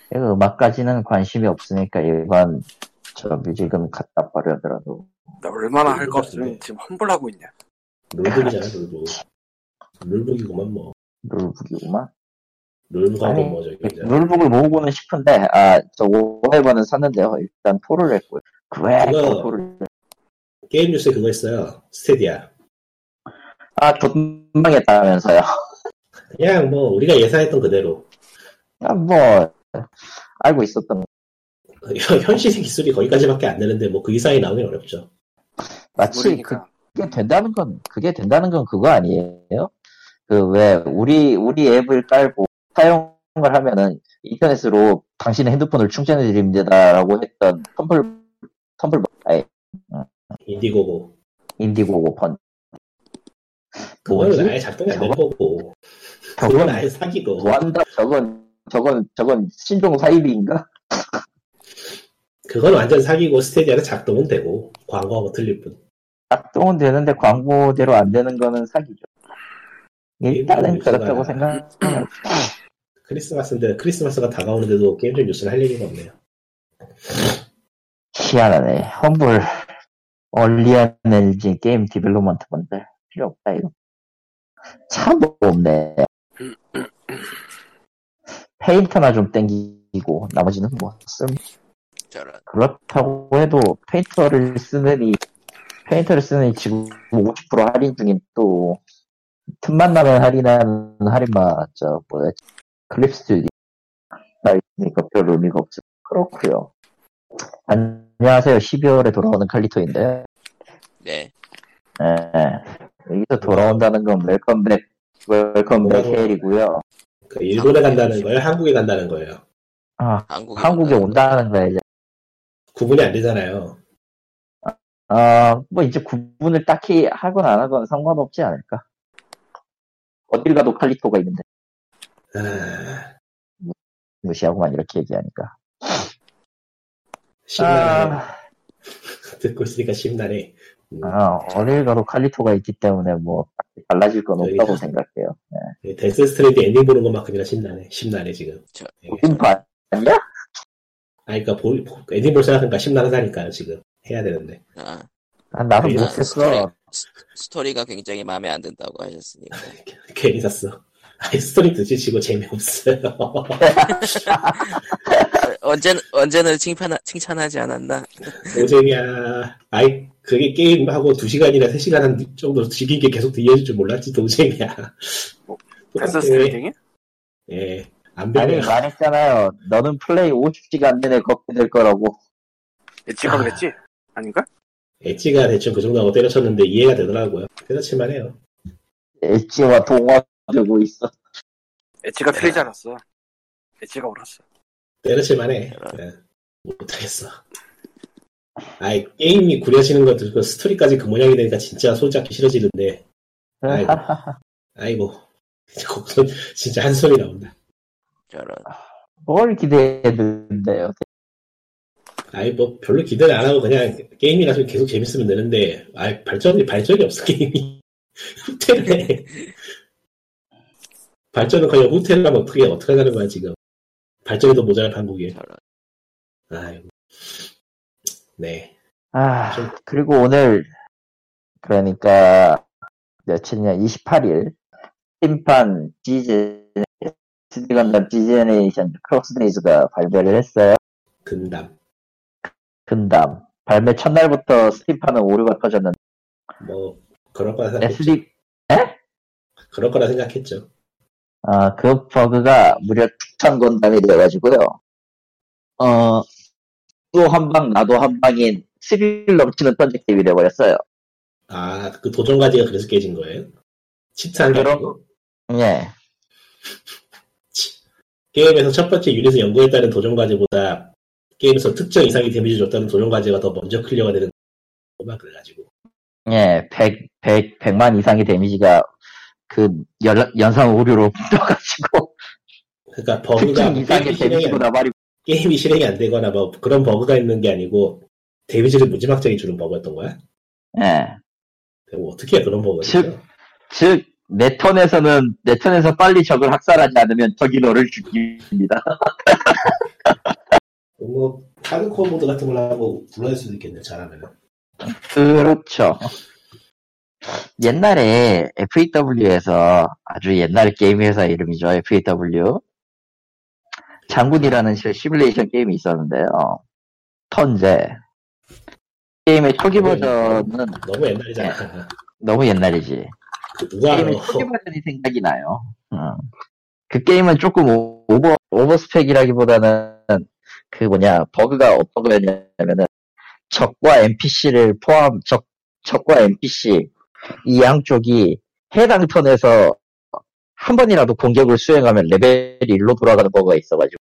내가 음악까지는 관심이 없으니까 일반 저 뮤직은 갖다 버려더라도 나 얼마나 할 거 네, 없으면 지금 환불하고 있냐. 룰북이잖아, 룰북. 룰북이구만, 뭐. 룰북이구만. 룰북하고 아니, 뭐, 저기, 이제. 룰북을 모으고는 싶은데 아저 5회번은 샀는데요. 일단 포를 했고요. 그왜 그거- 포를 게임 뉴스에 그거 있어요. 스테디아. 아 돈망했다면서요. 그냥 뭐, 우리가 예상했던 그대로. 아, 뭐 알고 있었던 현실 기술이 거기까지밖에 안 되는데, 뭐, 그 이상이 나오긴 어렵죠. 마치 그 모르니까. 그게 된다는 건 그게 된다는 건 그거 아니에요? 그 왜 우리 우리 앱을 깔고 사용을 하면은 인터넷으로 당신의 핸드폰을 충전해 드립니다라고 했던 텀블 텀블 아니, 인디고고. 인디고고 펀 그거는 뭐지? 아예 작동이 안 되는 저거? 거고. 그건 저건 아예 사기고. 뭐한다 저건 저건 저건 신종 사이비인가? 그건 완전 사기고, 스테디아는 작동은 되고, 광고하고 틀릴 뿐. 작동은 되는데 광고대로 안 되는 거는 사기죠. 일단은 일본 그렇다고 뉴스가 생각. 크리스마스인데, 크리스마스가 다가오는데도 게임적 뉴스는 할 얘기가 없네요. 희한하네. 환불 얼리안 엘지 게임 디벨로먼트 분들 필요 없다 이거. 참 없네. 페인터나 좀 땡기고 나머지는 뭐 쓸. 저런. 그렇다고 해도 페인터를 쓰느니 페인터를 쓰느니 지금 50% 할인 중인 또 틈만 나면 할인하는 할인마 저 뭐야 클립 스튜디오 나 있으니까 별 의미가 없죠. 그렇고요. 안녕하세요. 12월에 돌아오는 칼리토인데. 네. 예. 여기서 돌아온다는 건 웰컴백, 웰컴백 헤일이고요. 그 일본에 간다는 거예요? 한국에 간다는 거예요? 아, 한국에, 한국에 온다. 온다는 거야, 이제. 구분이 안 되잖아요. 아, 뭐 이제 구분을 딱히 하건 안 하건 상관없지 않을까. 어딜 가도 칼리토가 있는데, 아, 무시하고만 이렇게 얘기하니까. 심란해. 아, 듣고 있으니까 심란해. 음, 아, 어딜 가도 칼리토가 있기 때문에 뭐, 딱히 달라질 건 없다고 여기다. 생각해요. 네. 네, 데스 스트레이트 엔딩 보는 것만큼이나 심란해. 심란해, 지금. 저- 예. 우린 봤, 아니야? 아, 그니까, 보, 보- 엔딩 볼 생각하니까 심란하다니까요, 지금. 해야 되는데. 아, 아, 나는 여기다. 못했어. 스- 스토리가 굉장히 마음에 안 든다고 하셨으니까. 괜히 샀어. 아니, 스토리 드시치고 재미없어요. 아, 언제는, 언제는 칭찬하, 칭찬하지 않았나? 도쟁이야. 아이, 그게 게임하고 2시간이나 3시간 한 정도 즐기게 계속 이어질 줄 몰랐지, 도쟁이야. 뭐, 그 패스 똑같아. 스트레이팅이? 예. 안 아니, 변해요. 말했잖아요. 너는 플레이 50시간 내내 걷게 될 거라고. 아. 예측가 그랬지? 아닌가? 엣지가 대충 그 정도하고 때려쳤는데 이해가 되더라고요. 때려칠만 해요. 엣지와 동화되고 있어. 예측가 네. 틀리지 않았어. 예측가 옳았어. 때려칠만 해. 예. 못하겠어. 아이, 게임이 구려지는 것도 그 스토리까지 그 모양이 되니까 진짜 손잡기 싫어지는데. 아이고. 아이고. 거기서 진짜 한숨이 나온다. 저런. 뭘 기대했는데요? 아이, 뭐, 별로 기대를 안 하고 그냥 게임이라 좀 계속 재밌으면 되는데, 아이, 발전이, 발전이 없어, 게임이. 후퇴를 해. 발전은 그냥 후퇴를 하면 어떻게, 어떻게 하는 거야, 지금. 발전이 더 모자란 예. 한국에. 저런. 아이고. 네. 아, 좀- 그리고 오늘, 그러니까, 며칠이냐, 28일, 팀판 디즈, 스티간담 디즈네이션 크로스데이즈가 발매를 했어요. 근담. 근담. 발매 첫날부터 스팀판은 오류가 터졌는데, 뭐, 그럴 거라 생각했죠. SD, 그럴 거라 생각했죠. 아, 그 버그가 무려 추천 건담이 돼가지고요. 어, 또 한 방, 나도 한 방인 스릴 넘치는 던지 게임이 돼버렸어요. 아, 그 도전과제가 그래서 깨진 거예요? 치트한 게 그럼- 아니고? 예. 게임에서 첫 번째 유닛을 연구에 따른 도전 과제보다 게임에서 특정 이상의 데미지 줬다는 도전 과제가 더 먼저 클리어가 되는 거만 그래가지고 예, 100, 100, 100만 이상의 데미지가 그 연, 연상 오류로 떠가지고 그러니까 버그가 특정 게임이 이상의 실행이, 데미지로 안, 나발이 게임이 실행이 안 되거나 뭐 그런 버그가 있는 게 아니고 데미지를 무지막지하게 주는 버그였던 거야? 예. 뭐 어떻게 그런 버그가 즉, 있어? 즉, 내 턴에서는, 내 턴에서 빨리 적을 학살하지 않으면 적이 너를 죽입니다. 뭐 하드코어 모드 같은 걸 하고 불러낼 수도 있겠네 잘하면 그렇죠. 옛날에 FAW에서 아주 옛날 게임 회사 이름이죠. FAW. 장군이라는 시- 시뮬레이션 게임이 있었는데요. 턴제. 게임의 초기 버전은 너무 옛날이잖아 너무 옛날이지. 그 누가 알아 네. 게임의 뭐- 초기 버전이 생각이 나요. 어. 그 게임은 조금 오- 오버 오버스펙이라기보다는 그 뭐냐 버그가 어떤 거였냐면은 적과 NPC를 포함 적 적과 NPC 이 양쪽이 해당 턴에서 한 번이라도 공격을 수행하면 레벨이 1로 돌아가는 버그가 있어가지고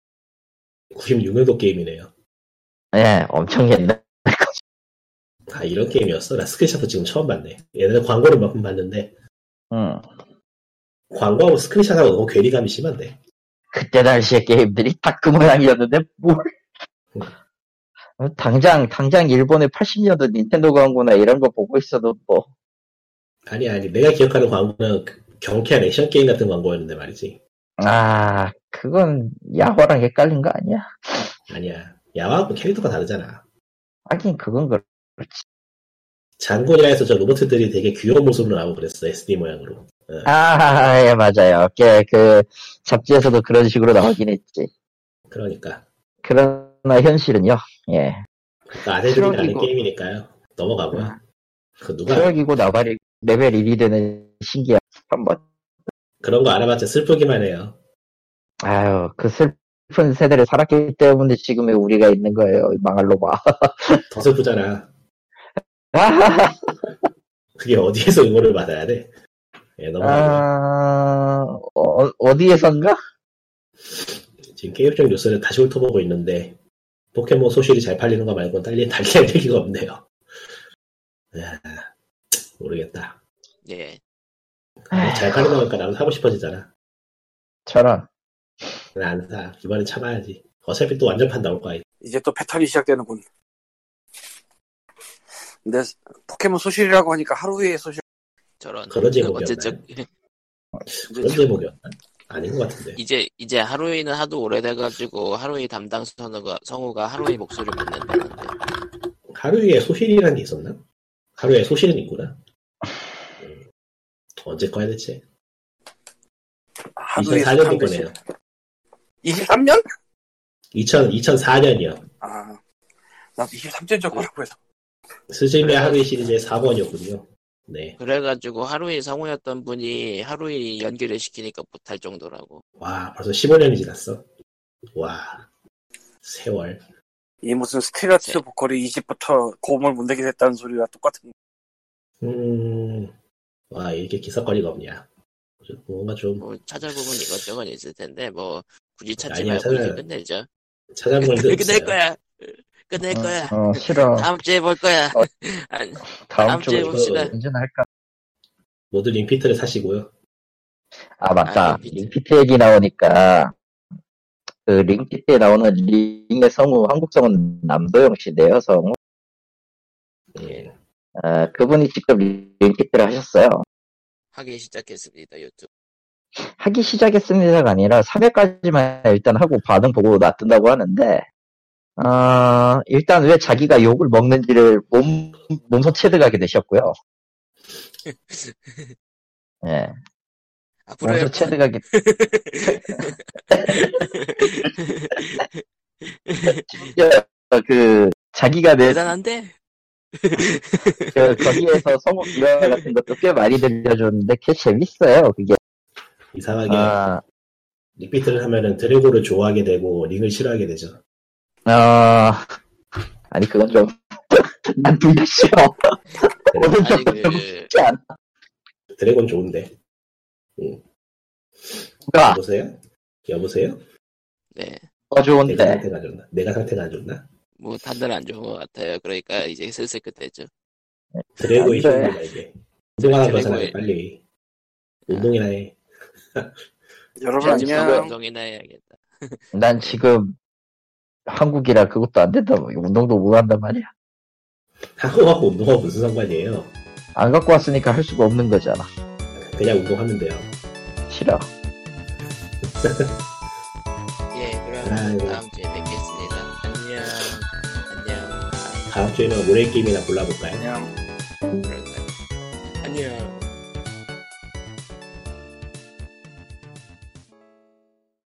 96년도 게임이네요 예 엄청 옛날 아 이런 게임이었어? 나 스크린샷도 지금 처음 봤네 예전에 광고를 몇 번 봤는데 음. 광고하고 스크린샷하고 너무 괴리감이 심한데 그때 당시의 게임들이 다 그 모양이었는데 뭘 당장 당장 일본의 80년대 닌텐도 광고나 이런 거 보고 있어도 뭐 아니 아니 내가 기억하는 광고는 그 경쾌한 액션 게임 같은 광고였는데 말이지 아, 그건 야화랑 헷갈린 거 아니야? 아니야 야와하고 캐릭터가 다르잖아 하긴 그건 그렇 장군이라 해서 저 로봇들이 되게 귀여운 모습으로 나오고 그랬어 SD 모양으로 아, 예, 맞아요. 예, 그, 잡지에서도 그런 식으로 나오긴 했지. 그러니까 그러나 현실은요, 예. 그 아재들이 나는 트럭이고. 아. 게임이니까요 넘어가고요 그 누가 트럭이고 나발이 레벨 1이 되는 신기한, 한번. 그런 거 알아봤자 슬프기만 해요 아유, 그 슬픈 세대를 살았기 때문에 지금의 우리가 있는 거예요. 이 망할 로마. 더 슬프잖아. 아, 그게 어디에서 응원을 받아야 돼? 예, 넘어가고 아, 어, 어디에선가? 지금 게임적 뉴스를 다시 훑어보고 있는데 포켓몬 소실이 잘 팔리는 거 말고는 달리 달리 할 얘기가 없네요. 야, 모르겠다. 예. 아. 근데 잘 팔리는 거니까 나도 사고 싶어지잖아. 저런. 난 안 사. 이번엔 참아야지. 어차피 또 완전판 나올 거야. 이제 또 패턴이 시작되는군. 근데 포켓몬 소실이라고 하니까 하루에 소실 저런. 그런 제목이었나요? 어쨌든 그런 제목이었나? 아닌 것 같은데. 이제 이제 하루이는 하도 오래돼가지고 하루이 담당 선우가 성우가 하루이 목소리를 못낸다는데 하루에 소실이라는 게 있었나? 하루에 소실은 있구나. 음, 언제 거야 대체? 하루에 2004년 거네요. 23년? 2000, 2004년이요. 아, 나도 23년 네. 전 거라고 해서. 스즈메 하루이 시리즈의 4번이었군요. 네. 그래가지고 하루이 성우였던 분이 하루이 연기를 시키니까 못할 정도라고. 와, 벌써 15년이 지났어. 와, 세월. 이 무슨 네. 스틸라티스 보컬이 20부터 고음을 못 내게 됐다는 소리와 똑같은. 음, 와, 이렇게 기사거리가 없냐. 뭔가 좀 뭐 찾아보면 이것저것 있을 텐데 뭐 굳이 찾지 아니야, 말고 이제 찾아야- 끝내죠. 찾아본 게 끝낼 없어요. 거야. 끝낼 거야. 어, 싫어. 다음 주에 볼 거야. 어. 아니, 다음 다음 주에 주에 봅시다. 언제나 할까? 모두 림피트를 사시고요. 아 맞다 아, 링피트. 링피트 얘기 나오니까 그 링피트에 나오는 링의 성우 한국 성우는 남도영 씨인데요 성우 예. 아, 그분이 직접 링피트를 하셨어요 하기 시작했습니다 유튜브. 하기 시작했습니다가 아니라 3회까지만 일단 하고 반응 보고 놔둔다고 하는데 아, 일단 왜 자기가 욕을 먹는지를 몸, 몸소 체득하게 되셨고요 예, 앞으로의 몸소 체득하게 심지어 그 자기가 내 대단한데? 그, 거기에서 성우 기사 같은 것도 꽤 많이 들려줬는데 꽤 재밌어요 그게 이상하게 아, 림피트를 하면은 드래곤을 좋아하게 되고 링을 싫어하게 되죠. 어, 아니 그건 좀난둘다 싫어 모든 아니 적도 그 쉽지 않아 드래곤 좋은데. 아. 가 여보세요? 여보세요? 네. 더 내가 좋은데 상태가 안 좋나? 내가 상태가 안 좋나? 뭐 판단 안 좋은 것 같아요. 그러니까 이제 슬슬 그때죠. 드래곤이 안 돼. 힘들다 이게. 운동하나 드래곤이- 벗어나 빨리. 운동이나 해. 여러분 안녕. 운동이나 해야겠다. 난 지금 한국이라 그것도 안 된다 뭐. 운동도 못 한단 말이야 하고하고 운동하고 무슨 상관이에요? 안 갖고 왔으니까 할 수가 없는 거잖아 그냥 운동하면 돼요. 싫어 예, 그럼 아이고. 다음 주에 뵙겠습니다. 안녕. 안녕. 다음 주에는 모래 게임이나 골라볼까요? 안녕. 그럴까요? 안녕.